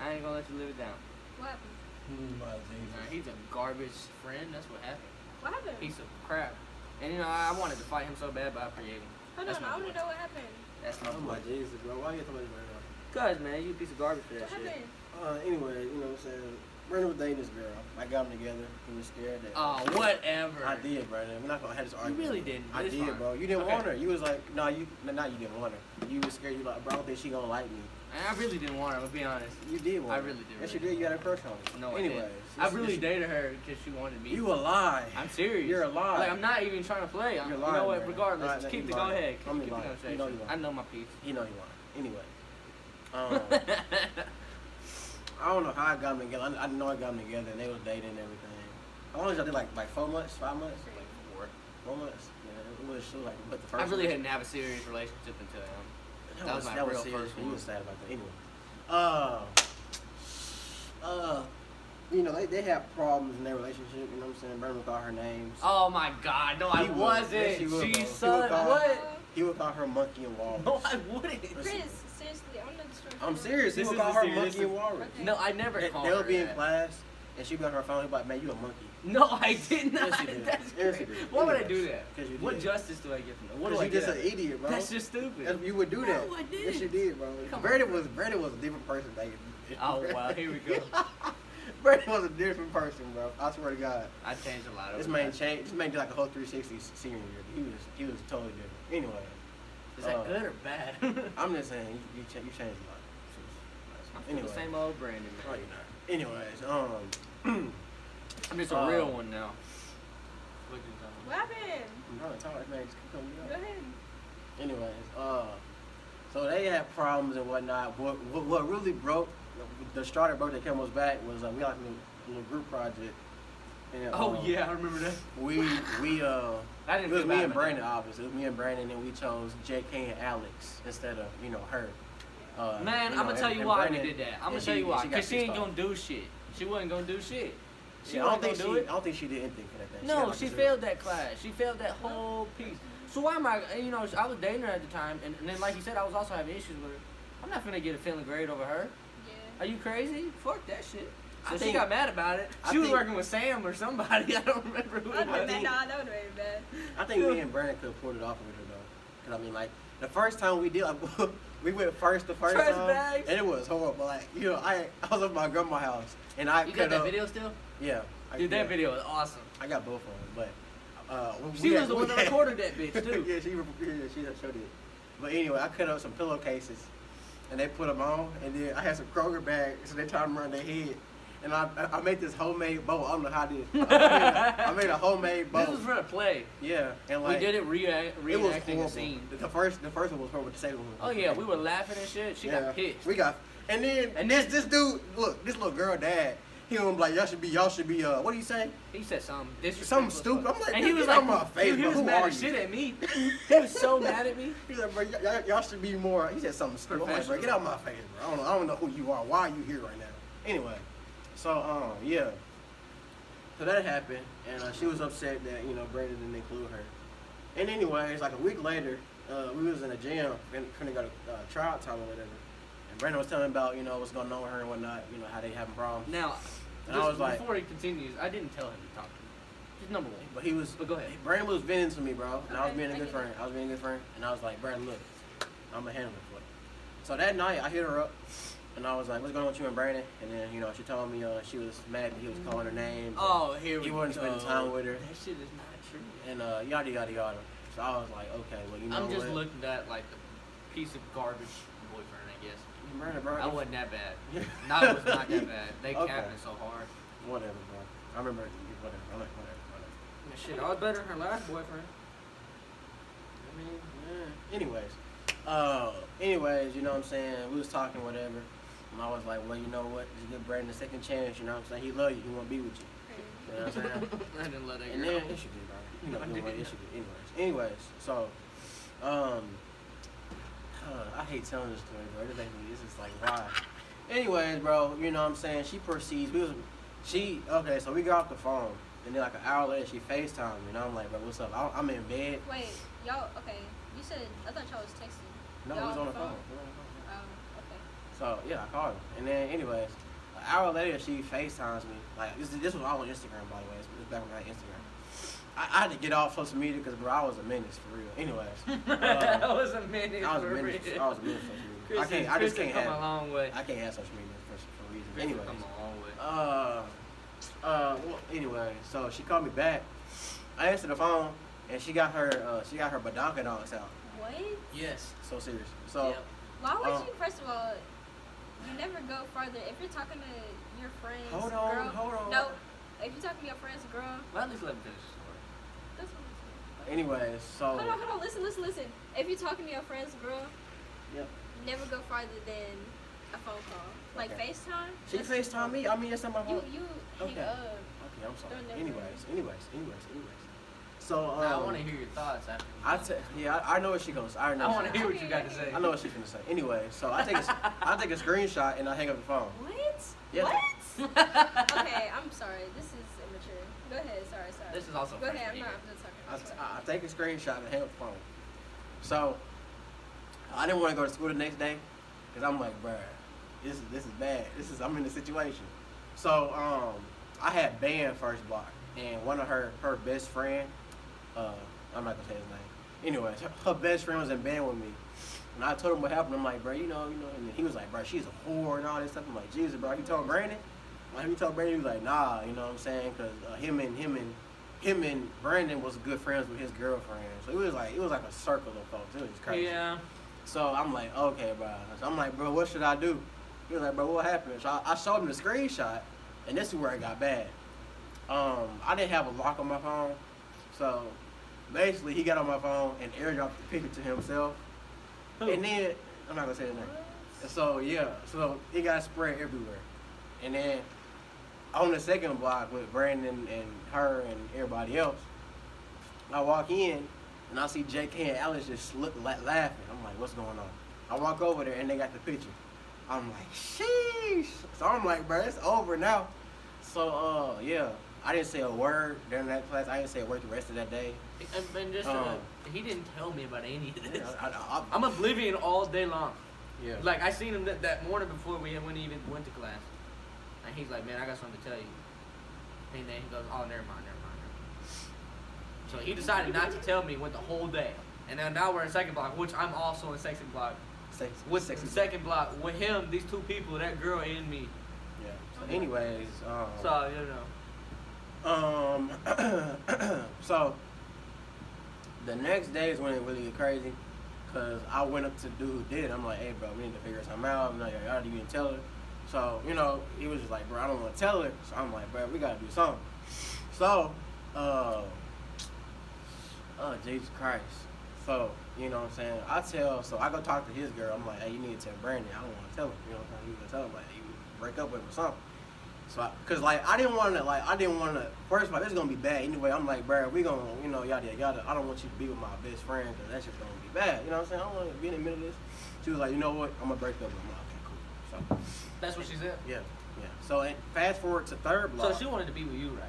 S2: I ain't gonna let you live it down.
S3: What happened?
S1: Hmm, my Jesus.
S2: Nah, he's a garbage friend. That's what happened.
S3: What happened?
S2: Piece of crap. And you know, I I wanted to fight him so bad, but I forgave him.
S3: Hold
S2: that's
S3: on,
S2: my
S3: I want
S2: boy.
S3: to know what happened.
S2: That's my
S1: Oh my
S2: boy.
S1: Jesus, bro. Why you talking about Brandon?
S2: Cause man, you a piece of garbage for that
S3: What
S2: shit.
S3: happened?
S1: Uh, anyway, you know what I'm saying? Brandon was dating this girl. I got them together. He was scared that.
S2: Oh, whatever.
S1: I did, Brandon. We're not gonna have this argument.
S2: really didn't, but
S1: I
S2: it's
S1: did,
S2: fine.
S1: bro. You didn't
S2: Okay.
S1: want her. You was like, no, you, no, not you didn't want her. You was scared. You like, bro, I don't think she gonna like me.
S2: And I really didn't want her. I'll be honest.
S1: You did want
S2: I
S1: her.
S2: really did,
S1: Yes,
S2: really.
S1: you did. You had a crush on her.
S2: No, I
S1: Anyways,
S2: didn't. I
S1: this-
S2: really
S1: this-
S2: dated her because she wanted me.
S1: You a lie.
S2: I'm serious.
S1: You're a lie.
S2: Like I'm not even trying to play. I'm,
S1: You're
S2: You know
S1: lying,
S2: what?
S1: man.
S2: Regardless,
S1: Alright,
S2: just
S1: then
S2: keep
S1: you
S2: the
S1: lying.
S2: go ahead. Keep,
S1: I'm
S2: keep the
S1: lying.
S2: conversation.
S1: You know you lying.
S2: [LAUGHS] I know my piece.
S1: You know you are. Anyway, um, I don't know how I got them together. I, I know I got them together, and they was dating and everything. How long was y'all did? Like like four months, five months,
S3: Three.
S2: Four.
S1: four months. Yeah, it was sure like but the first.
S2: I really
S1: one-
S2: didn't have a serious relationship until um, him.
S1: That,
S2: that
S1: was,
S2: was my
S1: that was
S2: real
S1: serious.
S2: first
S1: You
S2: one.
S1: was sad about that. Anyway, uh, uh, you know they, they had problems in their relationship. You know what I'm saying? Brandon would call her names.
S2: Oh my God! No, I
S1: He would.
S2: wasn't.
S1: Yes, he would, bro. He
S2: she
S1: would
S2: said
S1: call-
S2: what?
S1: He would call her monkey and walrus.
S2: No, I wouldn't.
S1: Listen.
S3: Chris, seriously, I want to know the story.
S1: I'm
S3: from-
S1: serious. He
S2: This
S1: would
S2: is
S1: call
S2: the
S1: her
S2: serious-
S1: monkey and walrus.
S3: Okay.
S2: No, I never
S1: They,
S2: called
S1: they'll
S2: her
S1: be in
S2: that.
S1: class, and she'd be on her phone. He'd be like, "Man, you a monkey."
S2: No, I did not.
S1: you did.
S2: [LAUGHS] That's
S1: Yes, you
S2: crazy.
S1: did.
S2: Why would I
S1: Yes,
S2: do that?
S1: 'cause you
S2: What
S1: did.
S2: justice do I get from that? What do
S1: Because
S2: I
S1: you just
S2: get?
S1: an idiot, bro.
S2: That's just stupid.
S1: That's- you would do that.
S2: No, I
S1: Yes, you
S2: didn't.
S1: did, bro.
S2: Come on.
S1: [LAUGHS] Brandon was Brandon was a different person back. then.
S2: Oh wow, here we go.
S1: Brady was a different person, bro. I swear to God.
S5: I changed a lot of
S1: This man changed. This man did like a whole 360 senior year. He was he was totally different. Anyway,
S2: Is that
S1: uh,
S2: good or bad? [LAUGHS] Anyway.
S1: I'm just saying you you, cha- you changed a lot. Anyway,
S5: Anyway.
S1: Oh,
S5: The same old Brandon,
S1: No,
S5: man.
S1: you're not. Anyways, um, [CLEARS THROAT]
S5: I mean, it's a
S1: Uh,
S5: real one now.
S3: What happened?
S1: no, it's all right, man. Just keep going, you know.
S3: Go ahead.
S1: Anyways, uh, so they had problems and whatnot. What what, what really broke the straw that broke the camel's back was uh, we had like a little, a little group project. And,
S2: Oh
S1: um,
S2: yeah, I remember that.
S1: We we uh,
S5: [LAUGHS] I
S1: it
S5: didn't
S1: was
S5: feel
S1: me and
S5: bad about
S1: Brandon obviously. It was me and Brandon, and we chose J.K. and Alex instead of you know her. Uh,
S5: that. Man,
S1: you know,
S5: I'm gonna tell
S1: and-
S5: you
S1: and
S5: why we
S1: Brandon-
S5: did that. I'm
S1: and
S5: gonna
S1: she-
S5: tell you
S1: and
S5: why.
S1: she got
S5: Cause she
S1: pissed
S5: ain't
S1: off.
S5: gonna do shit. She wasn't gonna do shit. She
S1: She, I don't
S5: wasn't
S1: think
S5: gonna
S1: she.
S5: do
S1: I
S5: it.
S1: don't think she did anything for that thing.
S5: No,
S1: had,
S5: she
S1: like, a
S5: failed that class. She failed that whole piece. So why am I? You know, I was dating her at the time, and, and then like you said, I was also having issues with her. I'm not gonna get a failing grade over her.
S3: Yeah.
S5: Are you crazy? Fuck that shit.
S1: I
S5: So she
S1: think-
S5: got mad about it.
S1: I
S5: She was
S1: think-
S5: working with Sam or somebody. [LAUGHS] I don't remember who.
S1: I
S3: I'd
S5: It
S3: been
S5: was.
S3: bad.
S1: think-
S3: Nah, that would have been bad.
S1: I think me and Brandon could have pulled it off with her though. Cause I mean, like the first time we did, like, [LAUGHS] we went first the first
S5: Trash
S1: time,
S5: bags.
S1: and it was horrible. Like you know, I I was at my grandma's house, and I
S2: You
S1: cut
S2: got that
S1: up-
S2: video still?
S1: Yeah, I,
S5: Dude, that
S1: yeah,
S5: video was awesome.
S1: I got both of them, but uh, we-
S5: She
S1: we
S5: was
S1: had-
S5: the
S1: we [LAUGHS]
S5: one that
S1: had-
S5: recorded that bitch too.
S1: [LAUGHS] yeah, she re- yeah, she had- showed it. But anyway, I cut up some pillowcases, and they put them on, and then I had some Kroger bags, so they tied them around their head. And I, I I made this homemade bow. I don't know how I did. it. I made a- I made a homemade bow.
S5: This was for a play.
S1: yeah, and like
S5: we did it rea-
S1: it was
S5: reenacting
S1: horrible.
S5: a scene.
S1: The first, the first one was horrible. The second one. Was
S5: Oh yeah, we were laughing and shit. She
S1: Yeah.
S5: got pissed.
S1: We got, and then and this this dude, look, this little girl dad, he was like, y'all should be, y'all should be, uh, what do you say?
S5: He said something disrespectful.
S1: Something stupid. I'm like,
S5: and he was
S1: like,
S5: like,
S1: on my face,
S5: dude, he
S1: bro.
S5: was
S1: Who
S5: mad
S1: are
S5: as
S1: you?
S5: shit
S1: [LAUGHS]
S5: at me. [LAUGHS] He was so mad at me.
S1: He's like, bro, y- y'all, y'all should be more. He said something stupid. I'm like, bro, get out my face, bro. I don't know, I don't know who you are. Why are you here right now? Anyway, so um, yeah. So that happened, and uh, she was upset that you know Brandon didn't include her. And anyways, like a week later, uh, we was in a gym and couldn't go to uh, trial time or whatever. And Brandon was telling about you know what's going on with her and whatnot, you know how they having problems.
S5: Now,
S1: And I
S5: just
S1: was like-
S5: before he continues, I didn't tell him to talk to me. Just number one.
S1: But he was.
S5: But go ahead.
S1: Brandon was venting to me, bro, and I was
S3: Okay,
S1: being a
S3: I
S1: good
S3: get it.
S1: friend. I was being a good friend, and I was like, Brandon, look, I'm gonna handle it for you. So that night, I hit her up, and I was like, What's going on with you and Brandon? And then you know, she told me uh, she was mad that he was calling her name.
S5: Oh, here we
S1: He
S5: go.
S1: wasn't spending time with her.
S5: That shit is not true.
S1: And uh, yada yada yada. So I was like, Okay, well you know
S2: I'm just
S1: what?
S2: looking at like the piece of garbage boyfriend, I guess.
S1: Brandon, bro.
S2: I
S1: [LAUGHS]
S2: wasn't that bad. No, it was not that bad. They
S1: Okay.
S2: capped it so hard.
S1: [LAUGHS] whatever, bro. I remember. Whatever. I'm like, whatever. whatever.
S5: That shit, I was better than her last boyfriend.
S1: I mean, yeah. Anyways, uh, anyways, you know what I'm saying? We was talking, whatever. And I was like, well, you know what? Just give Brandon a second chance, you know what I'm saying? He love you, he want to be with you. You know what I'm saying?
S5: [LAUGHS]
S1: [LAUGHS]
S5: I didn't let that
S1: and
S5: girl.
S1: then, it should be, bro. You know, you know what, it should be. Anyways, anyways so, um, uh, I hate telling this story, bro. This ain't- This is like, why? Anyways, bro, you know what I'm saying? She proceeds. We was, she, okay, so we got off the phone. And then like an hour later, she FaceTimed me. And I'm like, bro, what's up? I- I'm in bed.
S3: Wait, y'all. Okay, you said I thought y'all was texting.
S1: No, we
S3: Y'all
S1: was on the
S3: on the phone?
S1: phone. We was on the phone.
S3: Oh, okay.
S1: So yeah, I called her, and then anyways, an hour later she Facetimes me. Like this, this was all on Instagram, by the way. It's, it's back when I had Instagram. I, I had to get off social media because bro, I was a menace for real.
S5: [LAUGHS]
S1: Anyways,
S5: that
S1: uh,
S5: was a minute.
S1: I was Oh, a
S5: for
S1: menace.
S5: real.
S1: I was a menace for social media. I
S5: Chris
S1: can't.
S5: is-
S1: I
S5: Chris
S1: just can't
S5: has come
S1: have.
S5: a long way.
S1: I can't have social media for for reasons.
S5: Chris has
S1: Anyways,
S5: come a long way.
S1: uh, uh, well, anyway, so she called me back. I answered the phone, and she got her uh, she got her badonka dogs out.
S3: What?
S2: Yes.
S1: So serious. So.
S2: Yep.
S3: Why would
S1: Um,
S3: you? First of all, you never go farther. If you're talking to your friend's
S1: Hold on,
S3: girl,
S1: hold on.
S3: no. If you're talking to your friend's girl,
S5: Well, at least let me finish the story.
S3: that's what I'm saying.
S1: Anyways, so.
S3: Hold on, hold on. Listen, listen, listen. If you're talking to your friend's girl,
S1: Yep.
S3: you never go farther than a phone call, like
S1: Okay.
S3: FaceTime.
S1: She
S3: that's-
S1: FaceTime me. I mean, it's not my
S3: [LAUGHS] You
S1: fault.
S3: you hang
S1: Okay.
S3: up.
S1: Okay, I'm sorry.
S3: Don't never-
S1: Anyways, anyways, anyways, anyways. So um,
S2: Now, I want to hear your thoughts after. you-
S1: I ta- yeah, I, I know where she goes. I know.
S2: I
S1: she-
S2: want to hear what you got to say.
S1: I
S2: [LAUGHS]
S1: know what she's gonna say. Anyway, so I take a, s- I take a screenshot and I hang up the phone.
S3: What?
S1: Yeah.
S3: What?
S1: [LAUGHS]
S3: okay, I'm sorry. This is immature. Go ahead. Sorry, sorry.
S2: This is also.
S3: Go ahead.
S2: frustrating.
S3: I'm not. I'm not talking.
S1: I,
S3: I'm
S1: t-
S3: sorry.
S1: I take a screenshot and hang up the phone. So I didn't want to go to school the next day because I'm like, bruh, this is this is bad. This is I'm in a situation. So um, I had band first block, and one of her her best friend, uh, I'm not gonna say his name. Anyways, her, her best friend was in band with me, and I told him what happened. I'm like, bruh, you know, you know, and then he was like, bruh, she's a whore and all this stuff. I'm like, Jesus, bro, you told Brandon? Like we told Brandon, he was like, nah, you know what I'm saying? Because uh, him and him and him and Brandon was good friends with his girlfriend. So it was like it was like a circle of folks. It was crazy.
S2: Yeah.
S1: So I'm like, okay, bro. So I'm like, bro, what should I do? He was like, bro, what happened? So I, I showed him the screenshot, and this is where it got bad. Um, I didn't have a lock on my phone, so basically he got on my phone and airdropped the picture to himself. And then I'm not gonna say his name. And So yeah, so it got spread everywhere, and then on the second block with Brandon and her and everybody else, I walk in and I see J.K. and Alice just look, la- laughing. I'm like, what's going on? I walk over there and they got the picture. I'm like, sheesh. So I'm like, bro, it's over now. So uh, yeah, I didn't say a word during that class. I didn't say a word the rest of that day.
S2: [LAUGHS] And, and just uh,
S1: Um,
S2: he didn't tell me about any of
S1: I,
S2: this.
S1: I, I,
S2: I'm oblivion all day long.
S1: yeah.
S2: Like I seen him that, that morning before we went even went to class, and he's like, "Man, I got something to tell you." And then he goes, "Oh, never mind, never mind." Never mind. So he decided not to tell me what the whole day, and now now we're in second block, which I'm also in second block.
S1: Sex,
S2: With
S1: sexy-
S2: second block, with him, these two people, that girl and me.
S1: Yeah. So anyways, um,
S2: So you know,
S1: Um, [CLEARS THROAT] so the next day is when it really get crazy, cause I went up to the dude who did it. I'm like, hey, bro, we need to figure something out. I'm like, y'all didn't even tell her. So you know, he was just like, bro, I don't want to tell her. So I'm like, bro, we gotta do something. So, uh, oh Jesus Christ. So you know what I'm saying? I tell. So I go talk to his girl. I'm like, hey, you need to tell Brandon. I don't want to tell him. You know what I'm saying? You can tell him like you break up with him or something. So, I, cause like I didn't want to, like I didn't want to. First of all, this is gonna be bad anyway. I'm like, bro, we gonna, you know, yada yada, yada. I don't want you to be with my best friend, cause that's just gonna be bad. You know what I'm saying? I don't want to be in the middle of this. She was like, you know what? I'm gonna break up with him. I'm like, okay, cool.
S2: that's what she said.
S1: So yeah, yeah. So and fast forward to third block.
S2: So she wanted to be with you, right?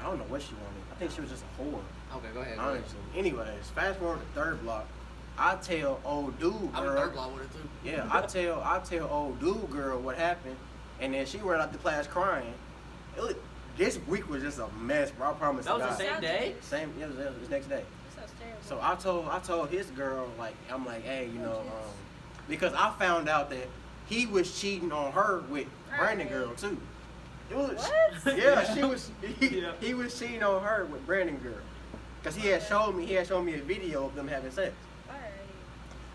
S1: I don't know what she wanted. I think she was just a whore,
S2: Okay, go ahead. go ahead.
S1: honestly. Anyways, fast forward to third block. I tell old dude,
S2: I'm in
S1: girl,
S2: third block with her too.
S1: yeah, I tell I tell old dude girl what happened, and then she ran out the class crying. It was, this week was just a mess, bro. I promise. to
S2: That was the
S1: God.
S2: same day.
S1: Same. It was, it was the next day.
S3: That sounds terrible.
S1: So I told I told his girl like I'm like hey you know um, because I found out that he was cheating on her with Brandon girl too. It was
S3: What?
S1: [LAUGHS] yeah she was he,
S2: Yeah.
S1: he was cheating on her with Brandon girl because he had showed me he had shown me a video of them having sex.
S3: Alright.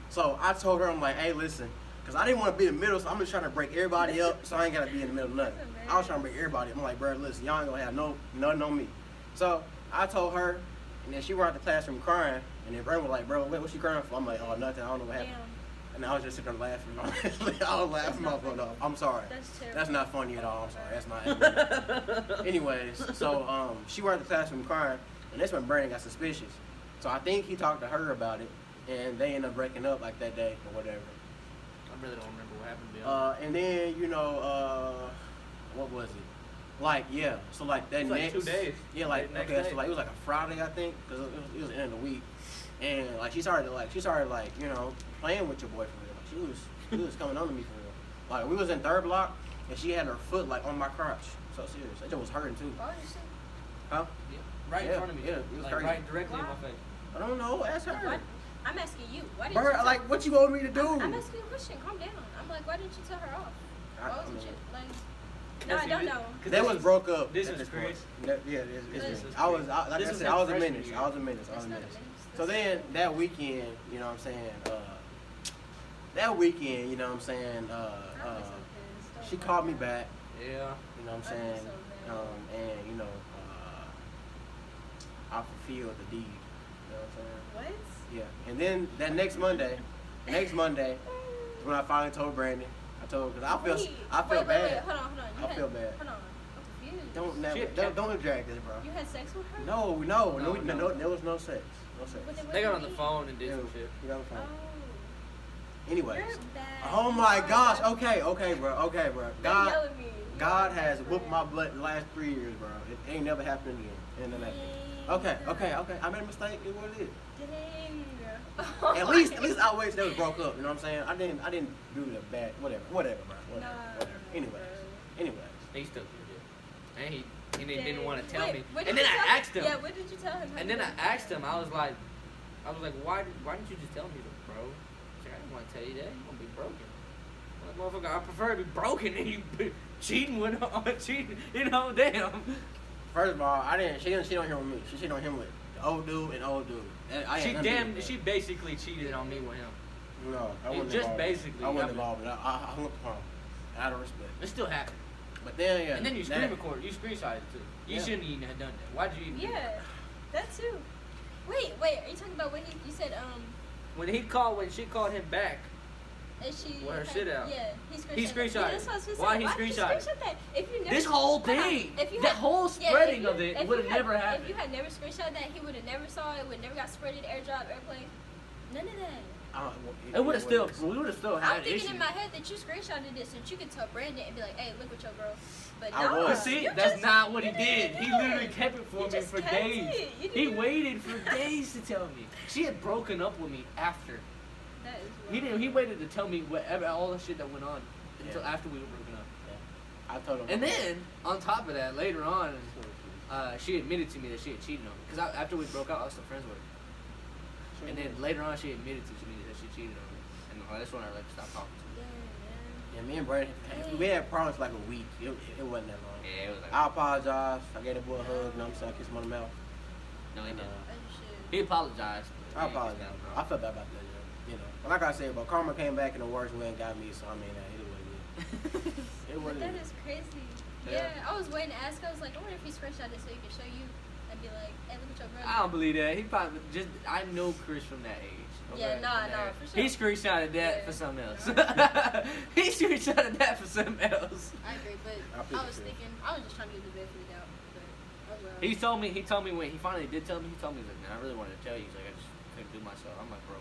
S1: So I told her, I'm like, hey, listen, because I didn't want to be in the middle, so I'm just trying to break everybody up, so I ain't got to be in the middle of nothing. I was trying to break everybody up. I'm like, bro, listen, y'all ain't going to have no nothing on me. So I told her, and then she ran out the classroom crying, and then Brandon was like, bro, wait, what she crying for? I'm like, oh, nothing, I don't know what happened.
S3: Damn.
S1: And I was just sitting there laughing. [LAUGHS] I was laughing my phone off. I'm sorry.
S3: That's terrible.
S1: That's not funny at all. I'm sorry. That's not.
S3: [LAUGHS]
S1: Anyways, so um, she went to the classroom crying, and that's when Brandon got suspicious. So I think he talked to her about it, and they end up breaking up like that day or whatever.
S2: [LAUGHS] I really don't remember what happened. to be honest.
S1: Uh, and then you know, uh, what was it? Like yeah, so like that
S2: It's like
S1: next
S2: two days.
S1: Yeah, like
S2: Next
S1: okay,
S2: day.
S1: so like it was like a Friday I think, cause it was, it was the end of the week, and like she started like she started like you know playing with your boy for real. Like, she was she was coming on to me for real. Like we was in third block, and she had her foot like on my crotch. So serious, that joke was hurting too.
S3: Why would you say-
S1: Huh?
S2: Yeah, right
S1: yeah,
S2: in front of me.
S1: yeah,
S2: too.
S1: it was
S2: like
S1: crazy.
S2: right directly in my
S3: Wow.
S2: face.
S1: I don't know. Ask her.
S3: Why- I'm asking you. Why didn't you?
S1: Bro,
S3: tell-
S1: like, what you want me to do?
S3: I'm, I'm asking you a question. Calm down. I'm like, why didn't you tell her off?
S1: I-
S3: Why
S1: I mean,
S3: wasn't you like? No, I don't know.
S1: They was broke up.
S2: this
S1: at
S2: is
S1: point.
S2: crazy.
S1: That- yeah, this, this
S3: This
S1: is-
S2: is
S1: I was,
S2: crazy.
S1: I, like
S2: This
S1: I
S2: was
S1: said,
S2: in
S1: I was a
S2: freshman
S1: menace.
S2: year.
S1: I was a menace. I was
S3: That's
S1: a
S3: not a
S1: menace.
S3: menace.
S1: So
S3: That's-
S1: then that weekend, you know what I'm saying? Uh, that weekend, you know what I'm saying? Uh,
S3: I'm
S1: uh,
S3: just confused. Don't
S1: she
S3: worry.
S1: called me back.
S2: Yeah.
S1: You know what I'm
S3: I feel
S1: saying?
S3: so bad.
S1: Um, and you know, uh, I fulfilled the deed. You know what I'm saying?
S3: What?
S1: Yeah, and then that next Monday, next Monday is when I finally told Brandon. I told because I felt
S3: Wait,
S1: I felt
S3: wait, wait,
S1: bad.
S3: Wait, hold on, hold on. You
S1: I
S3: had,
S1: feel bad.
S3: Hold on. I'm confused.
S1: Don't never,
S2: Shit,
S1: don't,
S2: Cap-
S1: don't drag this, bro.
S3: You had sex with her?
S1: No, we- no, no,
S2: No,
S1: no,
S2: no.
S1: no, there was no sex, no sex.
S3: But then what
S2: They got
S3: you
S2: on the
S3: mean?
S2: phone and did some
S1: Yeah,
S2: shit.
S1: you know what I'm
S3: Oh.
S1: saying? Anyways,
S3: you're bad.
S1: oh my
S3: You're
S1: gosh,
S3: bad.
S1: okay, okay, bro, okay, bro.
S3: Don't yell
S1: God,
S3: at me. You're
S1: God
S3: my
S1: has
S3: friend.
S1: whooped my butt the last three years, bro. It ain't never happened again. Ain't never happened. Okay,
S3: Dang.
S1: okay, okay. I made a mistake. It what it is.
S3: Dang. Oh
S1: At least, at least I wish they was broke up. You know what I'm saying? I didn't, I didn't do the bad. Whatever, whatever, bro. Whatever,
S3: Nah,
S1: whatever. Anyways, anyways.
S2: He still did it. And he and he didn't
S3: Dang.
S2: want to tell
S3: Wait,
S2: me.
S3: what did
S2: And then
S3: you
S2: I
S3: tell
S2: asked him.
S3: Yeah, what did you tell him?
S2: And then I asked him. I was like, I was like, why did, why didn't you just tell me, that, bro? He's like, I didn't want to tell you that. You're gonna be broken. I Like, motherfucker, I prefer to be broken than you be [LAUGHS] cheating with [LAUGHS] cheating. You know, damn.
S1: First of all, I didn't. She didn't cheat on him with me. She cheated on him with the old dude and old dude. And I had
S2: she
S1: nothing to do
S2: damn.
S1: with that.
S2: She basically cheated on me with him.
S1: No, I
S2: It
S1: wasn't
S2: just
S1: involved.
S2: basically
S1: I wasn't
S2: happened.
S1: involved. but I, I, I looked for him out of respect.
S2: It still happened.
S1: But then, yeah.
S2: and then you screen
S1: that-
S2: recorded. You screenshot it too. You
S1: Yeah.
S2: shouldn't even have done that. Why'd you even? do that?
S3: Yeah, that too. Wait, wait. Are you talking about what he? You said um.
S2: When he called, when she called him back,
S3: And she
S2: Wear her
S3: had-
S2: shit out.
S3: Yeah, he screenshot.
S2: screenshotted.
S3: Yeah, that's what I was gonna
S2: Why
S3: say.
S2: he
S3: did you
S2: screenshot it?
S3: screenshot that? If you never,
S2: This whole
S3: hold on.
S2: thing,
S3: if you
S2: that
S3: had,
S2: whole
S3: yeah, if
S2: spreading
S3: you-
S2: of it
S3: if you
S2: would've
S3: had-
S2: never happened.
S3: If you had never screenshot that, he would have never saw it. Would never got spreaded airdrop airplane. None of that.
S1: I don't-
S2: it would have still.
S1: wasn't-
S2: We would have still
S3: I'm
S2: had
S3: thinking
S2: issues.
S3: in my head that you screenshotted this and you could tell Brandon and be like, "Hey, look what your girl." But
S1: I
S3: nah,
S1: was.
S2: But
S1: But
S2: see,
S3: you
S2: that's
S3: just-
S2: not what he
S3: you
S2: did.
S3: didn't
S2: He
S3: do it.
S2: literally kept it for
S3: You
S2: me
S3: just
S2: for
S3: kept
S2: days.
S3: it.
S2: He
S3: You didn't-
S2: waited for days to tell me. She had broken up with me after.
S3: That is
S2: He didn't. He waited to tell me whatever all the shit that went on until
S1: Yeah.
S2: after we were broken up.
S1: I told him.
S2: And then on top of that, later on, uh, she admitted to me that she had cheated on me. Cause I, after we broke up, I was still friends with her. And then later on, she admitted to me that she cheated on me. And uh, that's when I like stopped talking to
S3: Yeah, man.
S1: Yeah, me and Brandon, we had problems for like a week. It, it wasn't that long.
S2: her. Yeah, it was like.
S1: I apologize. I gave the boy a hug. You know what I'm saying? I kissed him on the mouth.
S2: no, he
S1: And, uh,
S2: didn't.
S3: Oh, shit.
S2: He apologized. but
S1: I
S2: he just
S1: apologize.
S2: got
S1: I
S2: drunk.
S1: felt bad about that. yeah. You know, but like I said, but karma came back in the worst way and got me. So I mean, uh,
S2: [LAUGHS]
S1: it was it. It
S3: But that
S1: wasn't.
S3: is crazy.
S2: Yeah.
S3: Yeah. I was waiting to ask. I was like, I wonder if he screenshot it so he can show you. I'd be like, hey, look at your brother.
S2: I don't believe that. He probably just I know Chris from that age. Okay,
S3: Yeah, nah,
S2: from that
S3: nah,
S2: age.
S3: for sure.
S2: He screenshotted that
S3: Yeah.
S2: for something else. [LAUGHS]
S3: Nah.
S2: he screenshotted that for something else.
S3: I agree, but
S1: I feel
S3: I, was
S1: the same.
S3: thinking, I was just trying to give the benefit of the doubt. But oh well.
S2: He told me. He told me when he finally did tell me. He told me he's like, man, I really wanted to tell you. He's like, I just couldn't do myself. I'm like, bro,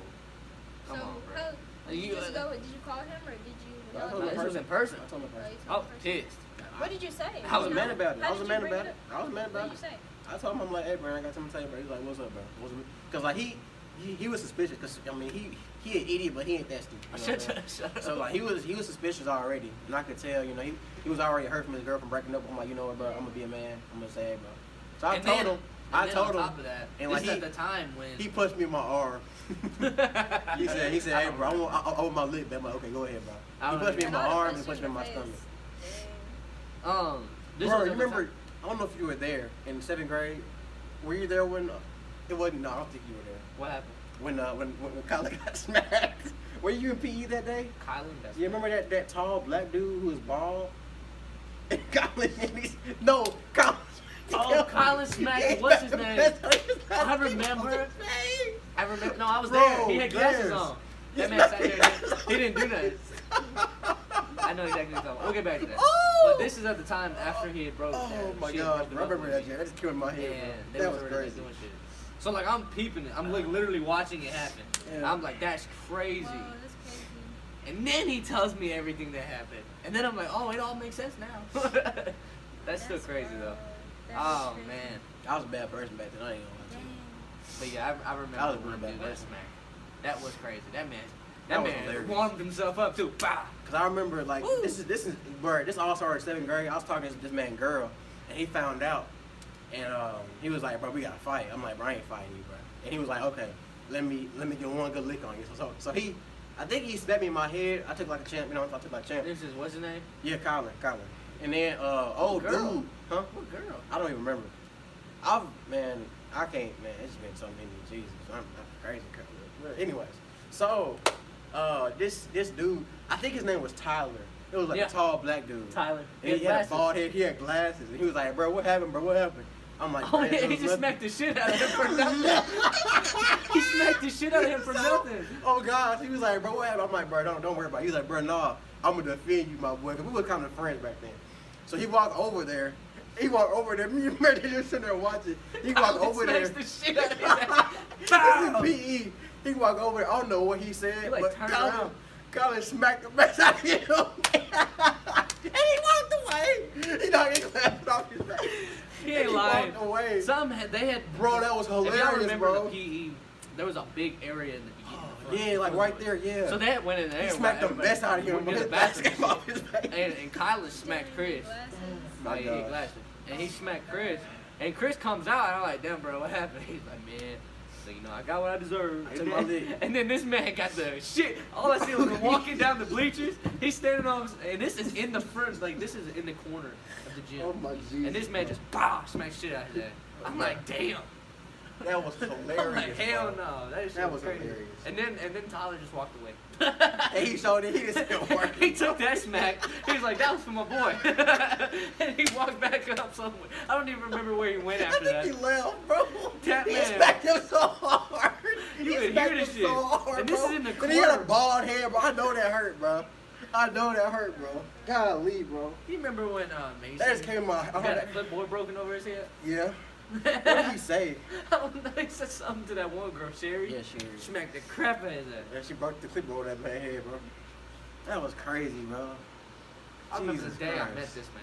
S2: come
S3: so,
S2: on, bro.
S3: how, did you,
S2: You-
S3: just go? Did you call him or did you?
S1: But I
S3: know
S1: told him
S2: No, this
S3: about
S2: was in
S3: it?
S2: person.
S1: I told him in
S3: Oh, you
S1: person.
S2: I
S3: told
S2: was
S3: him first.
S2: pissed.
S3: What did you say?
S2: I
S1: I was
S2: was
S3: How-
S1: mad about it.
S3: how
S1: I was
S3: did you
S1: mad
S3: bring
S1: about
S3: it
S1: it. I was mad
S3: up? What
S1: about it.
S3: did you say?
S1: I told him I'm like, hey, bro, I got something to tell you, bro. He's like, what's up, bro? What's up? Cause like he, he, he was suspicious. Cause I mean, he he an idiot, but he ain't that stupid. [LAUGHS] you know what I'm
S2: [LAUGHS] Shut
S1: saying?
S2: up, shut up.
S1: So like he was he was suspicious already, and I could tell, you know, he, he was already hurt from his girl from breaking up. I'm like, you know what, bro, I'm gonna be a man. I'm gonna say, hey, bro. So I
S2: And
S1: told
S2: then-
S1: him.
S2: and
S1: I
S2: then
S1: told
S2: on
S1: him.
S2: top of that,
S1: and,
S2: this
S1: like,
S2: is at
S1: he-
S2: the time when [LAUGHS]
S1: He punched me in my arm. [LAUGHS] he said, he said, hey, bro, I want, I, I want my lip. back." I'm like, okay, go ahead, bro. He
S2: I don't
S1: punched me in
S2: even-
S1: my
S3: And all the
S1: arm and
S3: punched
S1: punched
S3: you
S1: me in my
S3: the
S1: stomach.
S3: face.
S2: um, this
S1: bro,
S2: was
S1: you
S2: at the
S1: remember?
S2: time-
S1: I don't know if you were there in seventh grade. Were you there when? It wasn't. No, I don't think you were there.
S2: what happened?
S1: When uh, when when, when Kyler got [LAUGHS] smacked. Were you in PE that day?
S2: Kylan, that's
S1: You remember that that tall black dude who was bald? [LAUGHS] Kylan, and he's, no, Kylan. [LAUGHS]
S2: Oh, Kylan smacked- what's his name?
S1: That's not his last
S2: I
S1: name.
S2: remember.
S1: What's his name?
S2: I remember. No, I was
S1: Bro,
S2: there. He had glasses
S1: yes.
S2: on.
S1: Yes,
S2: That man sat
S1: my-
S2: there. and He didn't do nothing. I know exactly what you're talking about. We'll get back to that. But this is at the time after he had broke.
S1: Oh
S2: that.
S1: my
S2: she had
S1: god,
S2: broken
S1: I
S2: up
S1: remember
S2: with
S1: that
S2: me.
S1: shit. That just came in my
S2: Yeah,
S1: head,
S2: they
S1: bro. That
S2: was
S1: was
S2: already
S1: crazy.
S2: doing shit. So like I'm peeping it. I'm like literally watching it happen.
S1: Yeah.
S2: I'm like, that's
S3: Dang.
S2: crazy.
S3: Whoa, that's crazy.
S2: And then he tells me everything that happened. And then I'm like, oh, it all makes sense now. [LAUGHS] that's, still crazy though. Oh man.
S1: I was a bad person back then. I ain't gonna lie to you.
S2: But yeah, I, I remember
S1: That was a
S2: when
S1: real bad
S2: dude got
S1: lesson.
S2: smacked. That was crazy. That man. That,
S1: That was
S2: man
S1: hilarious.
S2: warmed himself up too. Bah!
S1: Cause I remember like
S2: Woo.
S1: this is this is bro, this all started in seventh grade. I was talking to this man girl, and he found out, and um, he was like, "Bro, we gotta fight." I'm like, "Bro, I ain't fighting you, bro." And he was like, "Okay, let me let me get one good lick on you." So so, so he, I think he slapped me in my head. I took like a champ, you know. I took like a champ.
S2: This is what's his name?
S1: Yeah, Colin, Colin. And then uh, old
S2: girl?
S1: dude, huh?
S2: What girl?
S1: I don't even remember. I've man, I can't man. It's been so many Jesus. I'm, I'm crazy. But anyways, so uh, this this dude, I think his name was Tyler. It was like
S2: Yeah.
S1: a tall black dude.
S2: Tyler.
S1: And he,
S2: He had
S1: had
S2: glasses.
S1: a bald head. He had glasses, and he was like, "Bro, what happened? Bro, what happened?" I'm like,
S2: Oh
S1: "Man,
S2: yeah,
S1: it
S2: he
S1: was
S2: just
S1: nothing."
S2: smacked the shit out of him
S1: [LAUGHS]
S2: for nothing. [LAUGHS] he smacked the shit out of him for
S1: So-
S2: nothing.
S1: Oh gosh, he was like, bro, what happened? I'm like, bro, don't don't worry about. it. He was like, bro, nah, I'm gonna defend you, my boy, 'cause we were kind of friends back then. So he walked over there. He walked over there. [LAUGHS] Me and Mary just sitting there watching. He walked
S2: [LAUGHS] He
S1: over there.
S2: smacks
S1: This
S2: the shit out
S1: [LAUGHS]
S2: of him.
S1: is PE. He walked over there. I don't know what he said,
S2: He, like,
S1: but
S2: turned
S1: Colin,
S2: around.
S1: Colin smacked the mess out of him. [LAUGHS] and he walked away. He knocked his glasses off his face.
S2: He
S1: And
S2: ain't lying.
S1: walked away.
S2: Some had, they had.
S1: Bro, that was
S2: If y'all
S1: hilarious,
S2: remember
S1: bro.
S2: the E PE, there was a big area in the beginning.
S1: Oh,
S2: the front.
S1: yeah, like right there, yeah.
S2: So that went in there.
S1: he
S2: while
S1: smacked the
S2: everybody
S1: mess out of him.
S2: went to
S1: but
S2: the
S1: his glasses
S2: bathroom.
S1: came off his face.
S2: And, and Kylan smacked Chris.
S1: My
S2: Like, he had
S1: gosh.
S2: [LAUGHS] glasses. And he smacked Chris. And Chris comes out, and I'm like, damn, bro, what happened? He's like, man, So you know, I got what I deserve.
S1: I
S2: And
S1: took my
S2: then,
S1: lick.
S2: and then this man got the shit. All I see was him walking down the bleachers. He's standing on, and this is in the front, like this is in the corner of the gym.
S6: Oh my Jesus.
S2: and this man just bah smacked shit out of that. I'm like, damn.
S6: That was
S2: [LAUGHS] I'm like,
S6: hilarious.
S2: hell
S6: bro.
S2: no. That, shit
S6: That
S2: was
S6: was
S2: crazy.
S6: hilarious.
S2: And then and then Tyler just walked away.
S1: And he showed it. [LAUGHS] He
S2: [LAUGHS]
S1: just still
S2: he
S1: working.
S2: took that smack. He was like, that was for my boy. [LAUGHS] and he walked back up somewhere. I don't even remember where he went after
S1: I
S2: that.
S1: think he left, bro.
S2: That
S1: he
S2: man.
S1: smacked him so hard.
S2: You
S1: he
S2: could
S1: smacked
S2: hear
S1: him
S2: this shit.
S1: so hard,
S2: And this
S1: bro.
S2: is in the
S1: And he had
S2: corner.
S1: a bald head, bro. I know that hurt, bro. I know that hurt, bro.
S6: Golly, bro.
S2: You remember when uh, Mason
S1: That just came in my. I
S2: got
S1: heard
S2: that
S1: that.
S2: clipboard broken over his head?
S1: [LAUGHS]
S2: [LAUGHS]
S1: Yeah.
S2: I
S1: What did he say?
S2: [LAUGHS] don't know. He said something to that one girl, Sherry.
S1: she.
S2: Smacked the crap out of his ass.
S1: Yeah, she broke the clipboard that man head, bro. That was crazy, bro.
S2: I remember the
S1: Jesus
S2: day I
S1: Christ.
S2: met this man.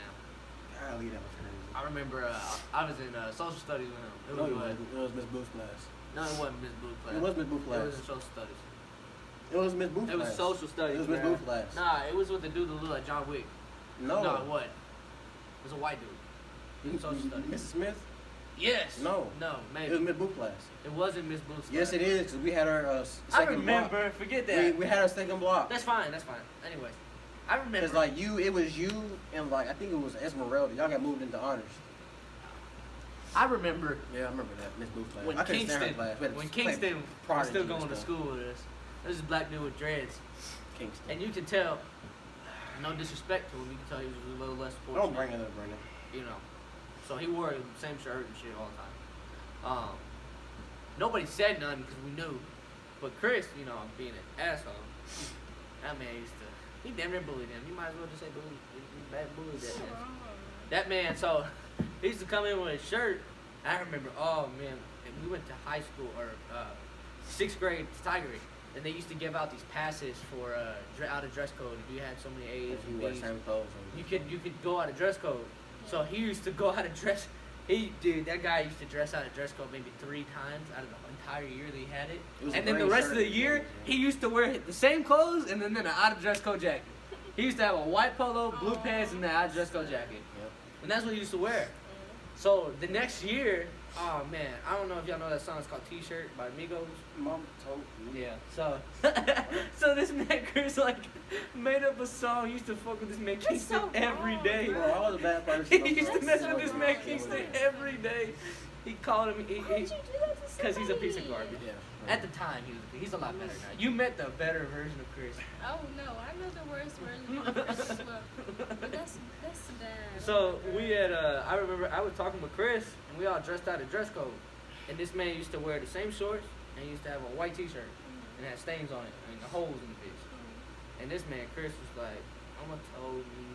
S1: Golly, that was crazy.
S2: I remember uh, I was in uh, social studies with him. It was,
S1: No, it
S2: uh,
S1: was, it was Miss Booth's class.
S2: no, it wasn't Miss Blue class.
S1: It was Miss Booth
S2: It
S1: class.
S2: was in social studies.
S1: It was Miss Booth
S2: It was
S1: class.
S2: social studies.
S1: It was Miss
S2: bruh.
S1: Booth class.
S2: Nah, it was with the dude that looked like John Wick.
S1: No.
S2: No, it wasn't. It was a white dude.
S1: You- [LAUGHS]
S2: Social
S1: you-
S2: studies.
S1: Mrs. Smith?
S2: Yes.
S1: No.
S2: No,
S1: It
S2: maybe.
S1: was Miss Booth class.
S2: It wasn't Miss Blue's.
S1: Yes,
S2: class.
S1: it is, because we had our uh, s-
S2: I
S1: second
S2: remember.
S1: block.
S2: Forget
S1: We,
S2: that.
S1: we had our second block.
S2: that's fine. That's fine. Anyway, I remember.
S1: Because, like, you, it was you and, like, I think it was Esmeralda. Y'all got moved into honors.
S2: I remember
S1: Yeah, I remember that. Miss Booth class.
S2: when
S1: I couldn't stand her
S2: Kingston,
S1: class. We had to
S2: when
S1: play
S2: Kingston was
S1: Prodigy
S2: still
S1: and
S2: going to
S1: stuff.
S2: school with us. This is a black dude with dreads,
S1: Kingston.
S2: and you could tell. [SIGHS] No disrespect to him, you could tell he was a little less fortunate.
S1: Don't bring it up, Brendan.
S2: you know. So he wore the same shirt and shit all the time. Um, nobody said nothing because we knew. But Chris, you know, being an asshole, that man used to. He damn near bullied him. You might as well just say bully. he- he Bad bullied that man. That man. So he used to come in with his shirt. I remember. Oh man, and we went to high school or uh, sixth grade Tigery. And they used to give out these passes for uh, dre- out of dress code if you had so many A's
S1: If you
S2: and
S1: wear
S2: B's.
S1: same clothes.
S2: You could you could go out of dress code. So he used to go out of dress. He dude, that guy used to dress out of dress code maybe three times out of the entire year that he had it.
S1: It was a
S2: and then the
S1: gray
S2: rest
S1: shirt
S2: of the
S1: and
S2: year,
S1: jeans, yeah.
S2: he used to wear the same clothes and then, then an out of dress code jacket. He used to have a white polo, blue pants, and an out of dress code jacket.
S1: Yep.
S2: And that's what he used to wear. So the next year, oh man, I don't know if y'all know that song. It's called T-shirt by Migos.
S1: Mom told me.
S2: Yeah. So, [LAUGHS] so this man Chris like made up a song. Used to fuck with this man Kingston
S3: so
S2: every
S3: wrong,
S2: day.
S1: Bro, I was a
S2: [LAUGHS]
S1: bad person.
S2: He used to
S3: That's
S2: mess
S3: so
S2: with this man
S3: wrong.
S2: Kingston every day. He called him. He,
S3: Why would you
S2: he,
S3: do that to
S2: Cause he's a piece of
S3: somebody?
S2: garbage.
S1: Yeah.
S2: at the time, he was. He's a lot better now. You met the better version of Chris. [LAUGHS]
S3: Oh no, I know the worst words. but that's that's bad.
S2: So we had. Uh, I remember I was talking with Chris, and we all dressed out of dress code. And this man used to wear the same shorts, and he used to have a white T-shirt, and had stains on it, and the holes in the bitch.
S3: Hmm.
S2: And this man Chris was like, "I'ma told you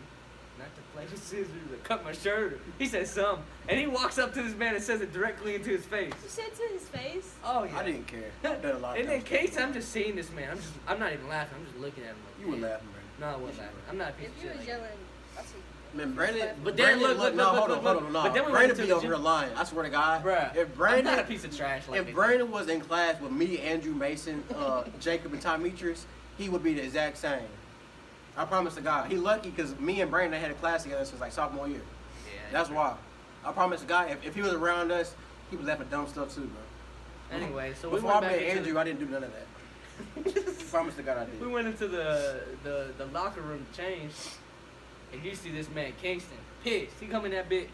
S2: not to play with scissors or cut my shirt." He said something, and he walks up to this man and says it directly into his face.
S3: You said to his face.
S2: Oh yeah.
S1: I didn't care. I did a
S2: [LAUGHS]
S1: lot of
S2: And then
S1: dumb
S2: Case,
S1: stuff.
S2: I'm just seeing this man. I'm just, I'm not even laughing. I'm just looking at him. Like,
S1: You were
S2: "Man."
S1: laughing, Brendan.
S2: No, I
S1: Yes,
S2: wasn't
S1: you
S2: laughing.
S1: were.
S2: I'm not a piece
S3: If
S2: of
S3: you
S2: shit.
S3: was
S2: like-
S3: yelling, I'll see.
S1: Man, Brandon,
S2: But then
S1: Brandon,
S2: look, look,
S1: no,
S2: look,
S1: hold
S2: look,
S1: on,
S2: look,
S1: hold on,
S2: look.
S1: no.
S2: But then we went
S1: Brandon
S2: into
S1: be
S2: the
S1: over
S2: gym.
S1: here lying. I swear to God.
S2: Bruh,
S1: if
S2: I'm not a
S1: Brandon,
S2: piece of trash like
S1: if
S2: that.
S1: Brandon was in class with me, Andrew Mason, uh, [LAUGHS] Jacob, and Tom Metrius, he would be the exact same. I promise to God. He lucky because me and Brandon had a class together since like sophomore year.
S2: Yeah.
S1: That's why. I promise to God, if, if he was around us, he was laughing dumb stuff too, bro.
S2: Anyway, so we
S1: Before
S2: went
S1: I
S2: back
S1: met
S2: into
S1: Andrew,
S2: the,
S1: I didn't do none of that. I
S2: [LAUGHS]
S1: promise to God, I did.
S2: we went into the, the the locker room to change, and you see this man Kingston pissed. He come in
S1: [LAUGHS]
S2: that bit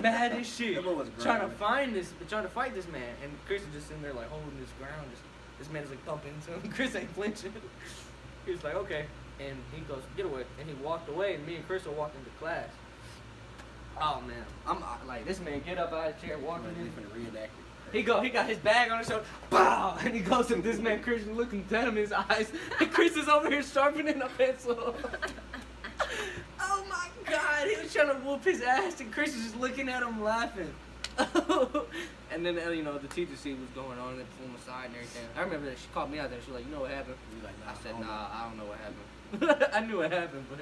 S2: mad as shit,
S1: That boy was
S2: trying to
S1: grinding.
S2: find this, trying to fight this man, and Chris is just sitting there like holding his ground. Just this man's like bumping into him. [LAUGHS] Chris ain't flinching. he was like, okay, and he goes, get away, and he walked away, and me and Chris are walking to class. Oh man, I'm uh, like this man get up out of his chair,
S1: I'm
S2: walking
S1: gonna
S2: in.
S1: leave for the reenactment.
S2: He go, he got his bag on his shoulder, bow, and he goes and this man Christian looking dead in his eyes, [LAUGHS] and Chris is over here sharpening a pencil. [LAUGHS] oh my God, he was trying to whoop his ass, and Chris is just looking at him laughing. [LAUGHS] and then uh, you know the teacher see what's going on and on the side and everything. I remember that she called me out there. She was like, you know what happened?
S1: You like, nah,
S2: I said,
S1: don't
S2: nah,
S1: know.
S2: I don't know what happened. [LAUGHS] I knew what happened, but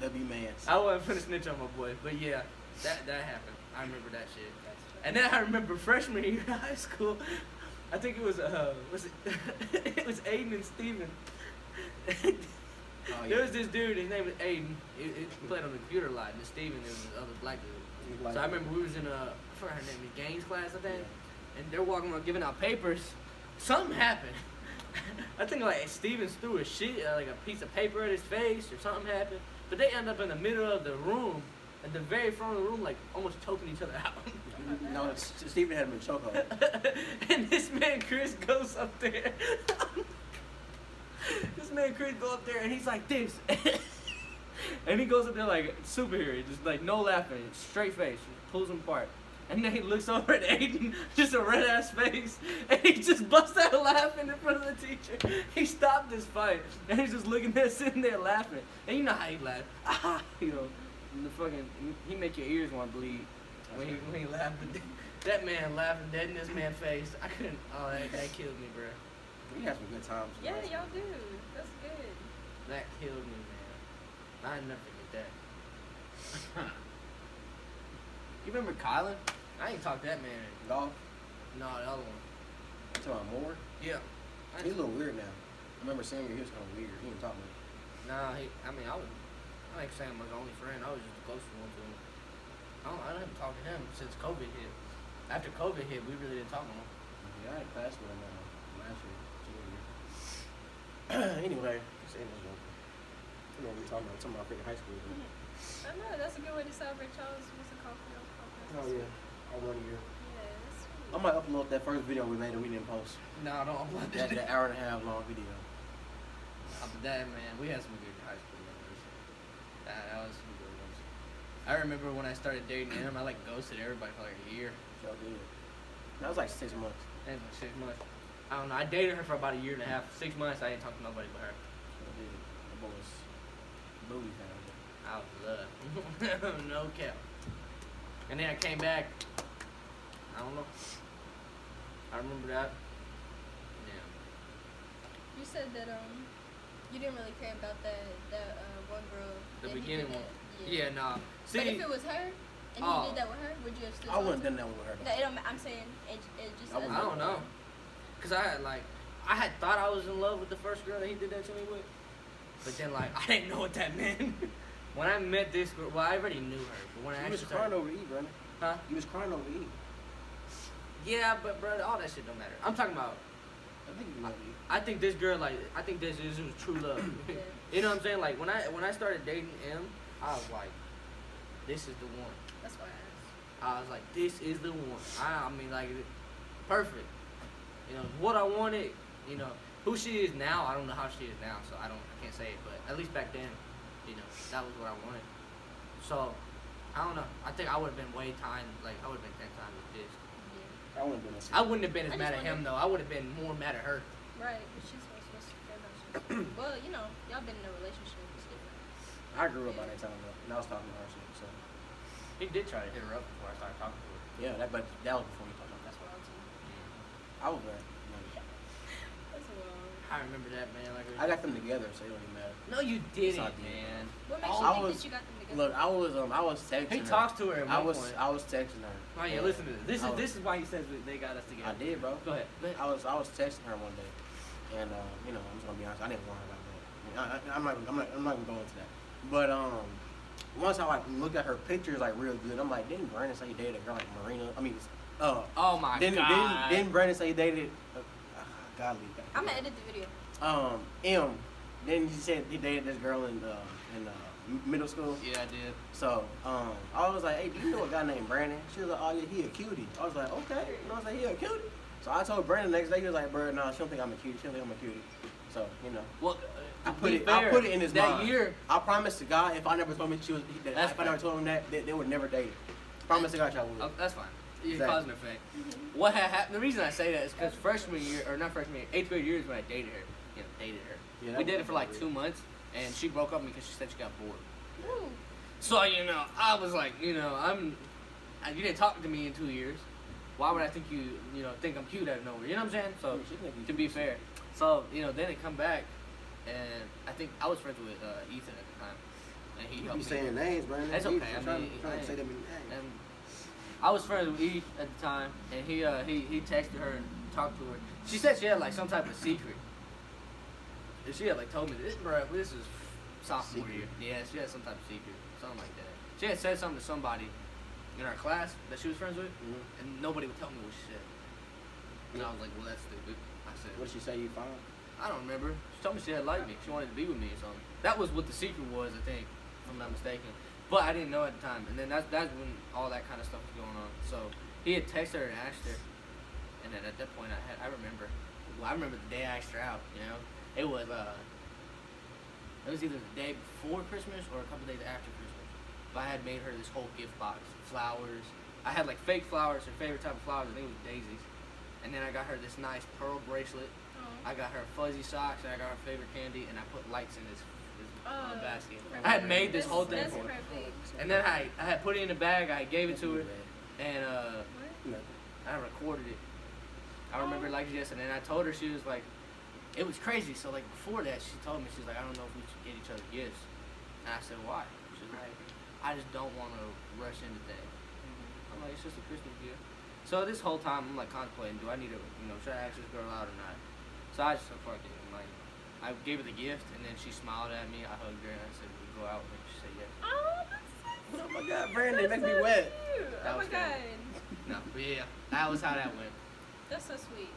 S1: That'd be man.
S2: I wasn't finna snitch on my boy. But yeah, that that happened. I remember that shit. And then I remember freshman year in high school, I think it was uh was it [LAUGHS] it was Aiden and Steven.
S1: Oh,
S2: There [LAUGHS]
S1: yeah.
S2: was this dude, his name was Aiden. He, he played on the computer a lot, and then Steven was the other black dude.
S1: You like-
S2: so I remember we was in a I forgot her name, in games class I think. and they're walking around giving out papers, something happened. [LAUGHS] I think like Stevens threw a sheet, uh, like a piece of paper at his face or something happened. But they end up in the middle of the room, at the very front of the room, like almost choking each other [LAUGHS] out.
S3: Oh,
S1: No, S- Stephen had him in chokehold.
S2: [LAUGHS] and this man Chris goes up there. this man Chris go up there and he's like this. [LAUGHS] and he goes up there like superhero, just like no laughing, straight face, just pulls him apart. And then he looks [LAUGHS] over at Aiden, just a red ass face, and he just busts out laughing in front of the teacher. He stopped this fight, and he's just looking there, [LAUGHS] sitting there laughing. And you know how he laughs, ah, you know, the fucking he make your ears want to bleed when he, when he laughed. But that man laughing dead in this man's face. I couldn't. Oh, that, that killed me, bro.
S1: We had some good times. in
S3: Yeah,
S1: high school.
S3: y'all do. That's good.
S2: That killed me, man. I never forget that. [LAUGHS] you remember Kylan? I ain't talked that man. in-
S1: Golf.
S2: No, the other one.
S1: You talking about Moore?
S2: Yeah. I
S1: He's a
S2: ain't-
S1: little weird now. I remember senior, he was kind of weird. He didn't talk much.
S2: Nah, he, I mean, I was. I think Sam was my only friend. I was just the closest one to him. I don't. I didn't talk to him since COVID hit. After COVID hit, we really didn't talk to him.
S1: Yeah, I had class with him uh, last year, junior year. [CLEARS THROAT] anyway, just end this joke. You know what we talking about? Talking about freaking high school. But...
S3: Mm-hmm. I know that's a good way to celebrate y'all's what's it called for y'all's conference.
S1: Oh yeah, I one year.
S3: Yeah, that's
S1: I might upload that first video we made that we didn't post.
S2: Nah, don't upload
S1: That, that hour and a half long video.
S2: After that, man, we had some good high school memories. That, that was some good ones. I remember when I started dating him, I like ghosted everybody for like a year.
S1: Y'all did. That was like six months.
S2: That was like six months. I don't know. I dated her for about a year and a half. Six months, I didn't talk to nobody but her.
S1: Y'all did. The boys, booty found
S2: I was love. [LAUGHS] no cap. And then I came back. I don't know. I remember that. Yeah.
S3: You said that um you didn't really care about that that uh, one girl.
S2: The
S3: that he
S2: beginning
S3: did
S2: one.
S3: that-
S2: Yeah, nah. See,
S3: but if it was her and
S2: Oh.
S3: he did that with her, would you have still?
S1: I wouldn't
S3: talked to
S1: done that one with her.
S3: her? No,
S1: Though.
S3: it don't, ma- I'm saying it, it just.
S1: I wouldn't
S2: I don't know. Cause I had like, I had thought I was in love with the first girl that he did that to me with, but then like [LAUGHS] I didn't know what that meant. [LAUGHS] when I met this girl, well I already knew her, but when I
S1: You
S2: actually
S1: was crying
S2: started,
S1: over E, Brennan.
S2: huh?
S1: You was crying over E.
S2: Yeah, but bro, all that shit don't matter. I'm talking about.
S1: I think you love E.
S2: I think this girl like, I think this is was true love.
S3: Yeah.
S2: [LAUGHS] you know what I'm saying? Like when I when I started dating him, I was like, this is the one.
S3: That's why I asked.
S2: I was like, this is the one. I, I mean, like, perfect. You know, what I wanted, you know, who she is now, I don't know how she is now, so I don't, I can't say it, but at least back then, you know, that was what I wanted. So, I don't know. I think I would have been way time, like, I would have been 10 times with this.
S3: Yeah.
S1: I wouldn't have done that.
S2: I wouldn't have been
S3: I
S2: as
S3: just
S2: mad at him,
S3: wondered-
S2: though. I would have been more mad at her.
S3: Right, but she's not supposed to care about you. well, you know, y'all been in a relationship. It's different.
S1: I grew up by that time though, and I was talking to her shit. So
S2: He did try to hit her up before I started talking to her.
S1: yeah, that but that was before we talked about
S3: That's wild too.
S1: that. I was there.
S3: That's wild.
S2: I remember that, man. Like, it was-
S1: I got them together, so it don't even matter.
S2: No, you didn't,
S1: I
S2: man.
S1: did.
S3: What
S1: I
S3: makes you think
S1: was-
S3: that you got them together?
S1: Look, I was um, I was texting.
S2: He
S1: her.
S2: talks to her at
S1: I
S2: one
S1: was
S2: point.
S1: I was texting her.
S2: Oh yeah,
S1: And
S2: listen to this. This
S1: I
S2: is
S1: was-
S2: this is why he says that they got us together.
S1: I did, bro.
S2: Go ahead.
S1: I was I was texting her one day, and uh, you know I'm just gonna be honest, I didn't want her like that. I, I, I'm not I'm not I'm not gonna go into that. But um, once I like looked at her pictures like real good, I'm like, didn't Brandon say he dated a girl like Marina? I mean, uh,
S2: Oh my
S1: didn't
S2: god.
S1: didn't didn't Brandon say he dated? Uh, uh, godly.
S3: I'm gonna edit the video.
S1: Um, M. Then he said he dated this girl in uh, in uh, m- middle school.
S2: Yeah, I did.
S1: So, um, I was like, hey, do you know a guy named Brandon? She was like, oh, yeah, he a cutie. I was like, okay. And I was like, he a cutie. So I told Brandon the next day, he was like, bro, nah, she don't think I'm a cutie. She don't think I'm a cutie. So, you know,
S2: Well,
S1: I
S2: to
S1: put
S2: be
S1: it, I
S2: fair,
S1: put it in his
S2: that
S1: mind.
S2: year.
S1: I promise to God, if I never told me she was, that,
S2: That's
S1: if I never told him that, they, they would never date. Promise to God, y'all would.
S2: Oh, that's fine. It's
S1: Exactly.
S2: cause and effect. What had happened? The reason I say that is because freshman year, or not freshman year, eighth grade year is when I dated her. You know, dated her.
S1: Yeah, that
S2: we
S1: was
S2: dated for like
S1: weird.
S2: two months, and she broke up because she said she got bored.
S3: Woo.
S2: So you know, I was like, you know, I'm. I- You didn't talk to me in two years. Why would I think you, you know, think I'm cute out of nowhere? You know what I'm saying? So.
S1: Dude, she think you-
S2: to be fair. So you know, then it come back, and I think I was friends with uh, Ethan at the time, and he
S1: You
S2: helped
S1: be
S2: me.
S1: saying names, Brandon.
S2: That's
S1: You
S2: okay, I
S1: Trying,
S2: mean,
S1: trying to say
S2: hey.
S1: them in names.
S2: and I was friends with E at the time, and he uh, he he texted her and talked to her. She said she had like some type of secret, and she had like told me this, bro. This is sophomore
S1: Secret.
S2: year. Yeah, she had some type of secret, something like that. She had said something to somebody in our class that she was friends with,
S1: Mhm.
S2: and nobody would tell me what she said. And I was like, well, that's stupid. I said,
S1: What did she say you found?
S2: I don't remember. She told me she had liked me. She wanted to be with me or something. That was what the secret was, I think, if I'm not mistaken. But I didn't know at the time. And then that's that's when all that kind of stuff was going on. So he had texted her and asked her. And then at that point, I had I remember. Well, I remember the day I asked her out. You know, it was uh, it was either the day before Christmas or a couple days after Christmas. But I had made her this whole gift box, flowers. I had like fake flowers, her favorite type of flowers. I think it was daisies. And then I got her this nice pearl bracelet.
S3: Oh.
S2: I got her fuzzy socks and I got her favorite candy and I put lights in this, this uh,
S3: Oh.
S2: basket. I had made this
S3: That's-
S2: whole thing
S3: That's
S2: for her.
S3: perfect.
S2: And then I, I had put it in a bag, I gave it to her, and uh,
S3: What?
S1: Nothing.
S2: I recorded it. I remember it like it yesterday and I told her she was like, it was crazy. So like before that, she told me, she's like, I don't know if we should get each other gifts. And I said, why? She's like, I just don't want to rush into things. I'm like, it's just a Christmas gift. So this whole time, I'm like contemplating, do I need to, you know, should I ask this girl out or not? So I just said, fuck it. I'm like, I gave her the gift, and then she smiled at me. I hugged her, and I said, we go out, and she said yes.
S3: Oh, that's so
S1: Oh my God, Brandon,
S3: that's
S1: make me
S3: so
S1: wet.
S3: cute.
S2: That
S3: Oh my
S2: was
S3: god,
S2: good. No, but yeah, that was how that went.
S3: that's so sweet.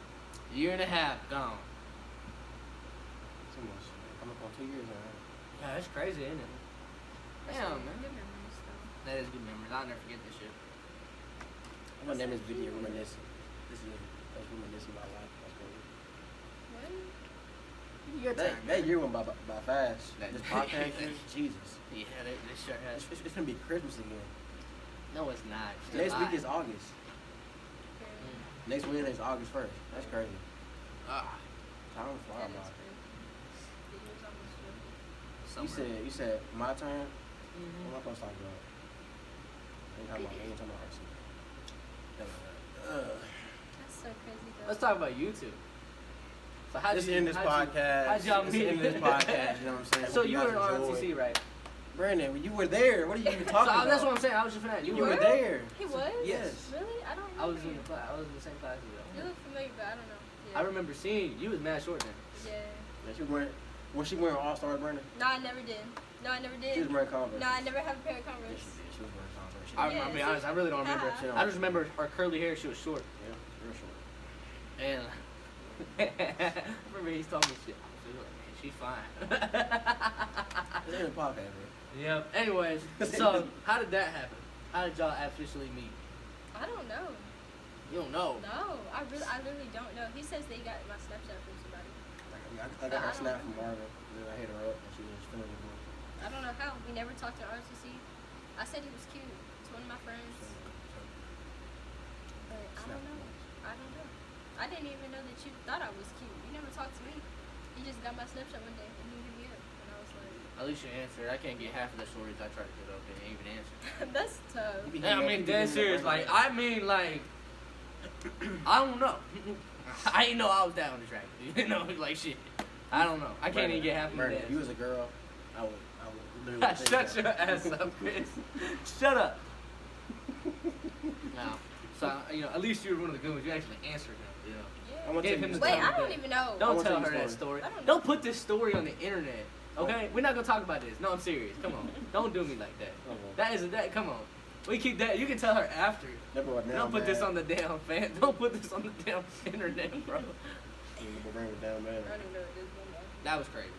S2: Year and a half gone.
S1: It's almost I'm up on two years now.
S2: Yeah, that's crazy, isn't it?
S3: That's
S2: Damn, man.
S3: really good memories, though.
S2: That is good memories. I'll never forget this shit.
S1: I'm gonna name this video reminiscing. This is that's reminiscing my life. That's crazy.
S3: What?
S1: That, that year went by, by, by fast.
S2: That-
S1: this podcast,
S2: [LAUGHS]
S1: year, Jesus,
S2: Yeah, they, they sure
S1: it's,
S2: has.
S1: it's, it's gonna be Christmas again.
S2: No, it's not. It's
S1: Next
S2: July.
S1: week is August.
S3: Very-
S1: Next Wednesday is August first. That's crazy.
S2: Ah,
S1: Time flies
S3: that is
S1: by.
S3: good. The year's almost over.
S1: You
S2: summer.
S1: said you said my turn.
S2: Mhm.
S1: What am I supposed to talk about? Ain't talking about ain't talking about RC. Never mind. Ugh.
S3: That's so crazy, though.
S2: Let's talk about YouTube. So how
S1: Let's end this podcast.
S2: how'd y'all
S1: Let's
S2: meet?
S1: end this podcast. You know what I'm saying?
S2: [LAUGHS] So
S1: Hope
S2: you
S1: guys
S2: were on
S1: enjoyed.
S2: RTC, right?
S1: Brandon, you were there. What are you even talking
S2: [LAUGHS] so,
S1: about?
S2: That's what I'm saying. I was just finna. You,
S1: you were
S2: were.
S3: Really?
S1: there.
S3: He was?
S1: Yes.
S3: Really? I don't
S2: I
S3: remember.
S2: was in the
S3: you.
S2: class. I was in the same class as you.
S3: You look familiar, but I don't know. Yeah.
S2: I remember seeing you. You was mad short then.
S3: Yeah.
S1: That she wearing, was she wearing All Star Brandon?
S3: No, I never did. No, I never
S1: She was
S3: did.
S1: wearing Converse.
S3: No, I never had a pair of
S1: Yeah,
S3: Converse.
S1: she did. She was wearing Converse. She
S2: I,
S1: did.
S3: Yeah,
S2: I'll be
S3: see?
S2: honest. I really don't remember.
S3: Yeah.
S1: She don't-
S2: [LAUGHS] I just remember her curly hair. She was short.
S1: Yeah, real short.
S2: And [LAUGHS] I remember he's talking shit. So he was like, man, she's fine. [LAUGHS]
S1: This ain't a podcast, bro.
S5: Yep.
S2: Anyways,
S1: [LAUGHS]
S2: so how did that happen? How did y'all officially meet?
S3: I don't know.
S2: You don't know.
S3: No, I really, I really don't know. He says they got my Snapchat from somebody.
S1: Like, I, I got her snap from Marvin. Then I hit her up and she was feeling the
S3: I don't know how. We never talked at RTC. I said he was cute. It's one of my friends. But I don't know. I don't know. I didn't even know that you thought I was cute. You never talked to me. You just got my Snapchat one day and you hit me up. And I was like, [LAUGHS]
S2: At least you answered. I can't get half of the stories I tried to get up and ain't even answer.
S3: that's tough.
S1: You be
S2: [LAUGHS]
S1: hitting
S2: Yeah, I
S1: up- you
S2: mean,
S1: be hitting
S2: dead
S1: up
S2: serious. Like,
S1: Brandon.
S2: I mean, like, [CLEARS THROAT] I don't know. [LAUGHS] I ain't know I was that unattractive. [LAUGHS] You know, like shit. I don't know. I can't even get half of
S1: Brandon,
S2: that.
S1: if you was a girl, I would, I would
S2: [LAUGHS]
S1: literally. think
S2: Shut
S1: that.
S2: your ass
S1: [LAUGHS]
S2: up, Chris. Shut up. no. So you know, at least you were one of the good ones. You actually answered him. You know.
S1: I
S3: Yeah.
S1: want to
S2: Give
S1: tell
S2: him
S1: you
S2: the
S1: a
S3: Wait,
S1: story.
S2: time.
S3: I don't even know.
S1: I
S2: Don't
S1: wanna
S2: tell
S1: tell
S2: her
S1: you a
S2: that
S1: story.
S2: story.
S3: I don't
S2: Don't,
S3: know.
S2: put this story on the internet. Okay? We're not gonna talk about this. No, I'm serious. Come on. Don't do me like that.
S1: Okay.
S2: That isn't that. Come on. We keep that. You can tell her after.
S1: That boy now
S2: don't put this
S1: mad.
S2: on the damn fan. [LAUGHS] Don't put this on the damn internet, bro.
S1: Yeah, but Brandon was down bad.
S3: I don't even know what this one was.
S2: That was crazy.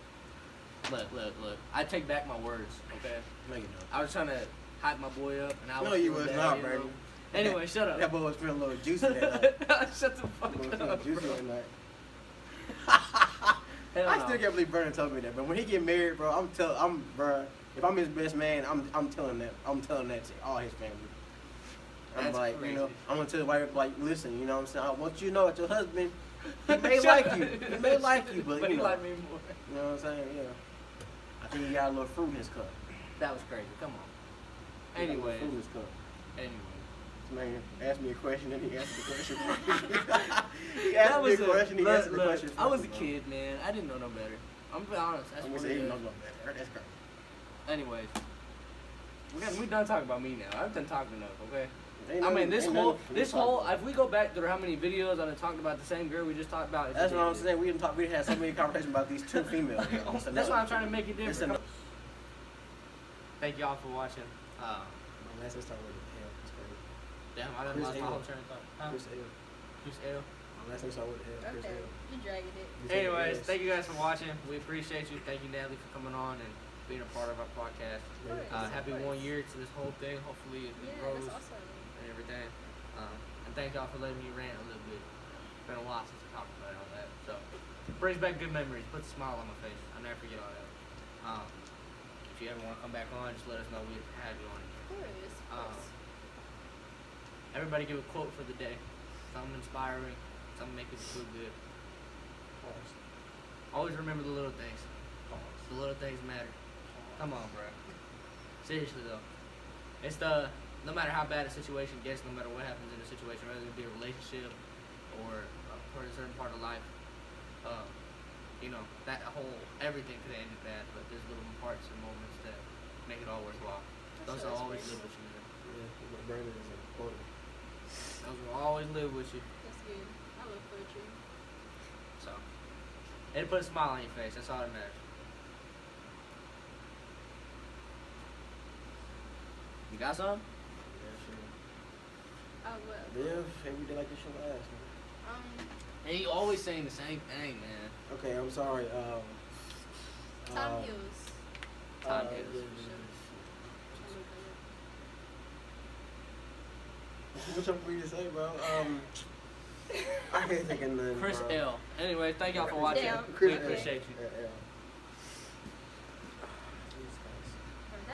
S2: Look, look, look. I take back my words. Okay.
S1: No, you don't.
S2: I was trying to hype my boy up, and I was.
S1: No, you
S2: feeling
S1: was
S2: bad,
S1: not,
S2: you know?
S1: Brandon.
S2: Anyway, shut up.
S1: That boy was feeling a little juicy that
S2: [LAUGHS]
S1: night.
S2: Shut
S1: That
S2: the
S1: boy was
S2: fuck
S1: feeling
S2: up. Bro.
S1: juicy that night.
S2: Hell
S1: I
S2: no.
S1: still can't believe Vernon told me that. But when he get married, bro, I'm tell I'm bro. If I'm his best man, I'm I'm telling that I'm telling that to all his family. I'm
S2: That's
S1: like, you know,
S2: crazy.
S1: I'm gonna tell the wife like, listen, you know what I'm saying. I want you to know that your husband, he
S2: [LAUGHS]
S1: may
S2: Shut
S1: like
S2: up.
S1: you, he may like you, but,
S2: but
S1: you
S2: he
S1: know,
S2: like me more.
S1: you know what I'm saying. Yeah, I think he got a little fruit in his cup.
S2: That was crazy. Come on.
S1: He got a little
S2: Anyway,
S1: fruit in his cup.
S2: anyway.
S1: Man, asked me a question and he asked the
S2: [LAUGHS]
S1: question. he asked
S2: That
S1: me a
S2: was a-
S1: question. He
S2: look,
S1: asked the
S2: look,
S1: question.
S2: I
S1: for
S2: was a
S1: me, bro.
S2: kid, man. I didn't know no better. I'm gonna be honest. That's
S1: I'm
S2: what
S1: gonna
S2: it
S1: say,
S2: is.
S1: even though I'm not bad. That's crazy.
S2: Anyways, we got we done talking about me now. I've done talking enough. Okay.
S1: Ain't
S2: I mean,
S1: nothing-
S2: this
S1: ain't
S2: whole
S1: nothing-
S2: this whole if we go back through how many videos I've been talking about the same girl we just talked about. it's
S1: That's what I'm
S2: ridiculous.
S1: saying. We didn't talk. We had so many conversations about these two females. you know, it's
S2: [LAUGHS] That's why
S1: another-
S2: I'm trying to make it
S1: It's
S2: different.
S1: another.
S5: Thank y'all for watching. Uh,
S1: My last time with him.
S5: damn, I
S1: Who's
S5: done lost my
S1: L?
S2: Oh,
S5: whole train of thought. Huh?
S1: It's crazy.
S5: Who's L?
S7: Unless they start with L. Chris
S3: Okay,
S7: Hill.
S3: you dragging it.
S7: He's taking
S2: Anyways,
S7: L's.
S2: thank you guys for watching. We appreciate you. Thank you, Natalie, for coming on and being a part of our podcast.
S3: Of course,
S2: Uh,
S3: of
S2: happy
S3: course.
S2: one year to this whole thing. Hopefully, it
S3: Yeah,
S2: grows
S3: that's awesome.
S2: and everything. Um, and thank y'all for letting me rant a little bit. It's been a while since I talked about all that. So, brings back good memories. Puts a smile on my face. I never forget all that. Um, if you ever want to come back on, just let us know. We'd have you on again.
S3: Of course,
S1: Ah.
S3: of
S2: Um,
S3: course.
S2: Everybody give a quote for the day. Something inspiring. Something make us feel good.
S7: Pause.
S2: Always remember the little things.
S7: Pause.
S2: The little things matter. Come on,
S7: [LAUGHS]
S2: bro. Seriously though, it's the no matter how bad a situation gets, no matter what happens in a situation, whether it be a relationship or a part- a certain part of life, um, you know that whole everything could have ended bad, but there's little parts and moments that make it all worthwhile.
S3: That's
S2: Those will always
S3: nice,
S2: live
S3: Grace.
S2: with you. Man.
S7: Yeah, but Brandon is a quote.
S2: Those will always live with you.
S3: That's good. I love poetry.
S2: So it put a smile on your face. That's all that matters.
S5: You got some?
S7: Yeah,
S3: Oh well.
S7: sure. Live every day like this your last. man.
S3: Um,
S5: And you always saying the same thing, man.
S7: Okay, I'm sorry. Um,
S1: Ah.
S3: Tom
S7: um,
S3: Hills.
S5: Tom
S7: uh,
S5: Hills.
S7: yeah, yeah,
S3: I'm gonna go with-
S7: yeah. What you want me to say, bro? Um, I can't think of nothing.
S5: Chris
S7: bro.
S5: L. Anyway, thank y'all for watching.
S3: Damn.
S7: Chris
S2: We
S7: L.
S2: appreciate you.
S7: Yeah, L.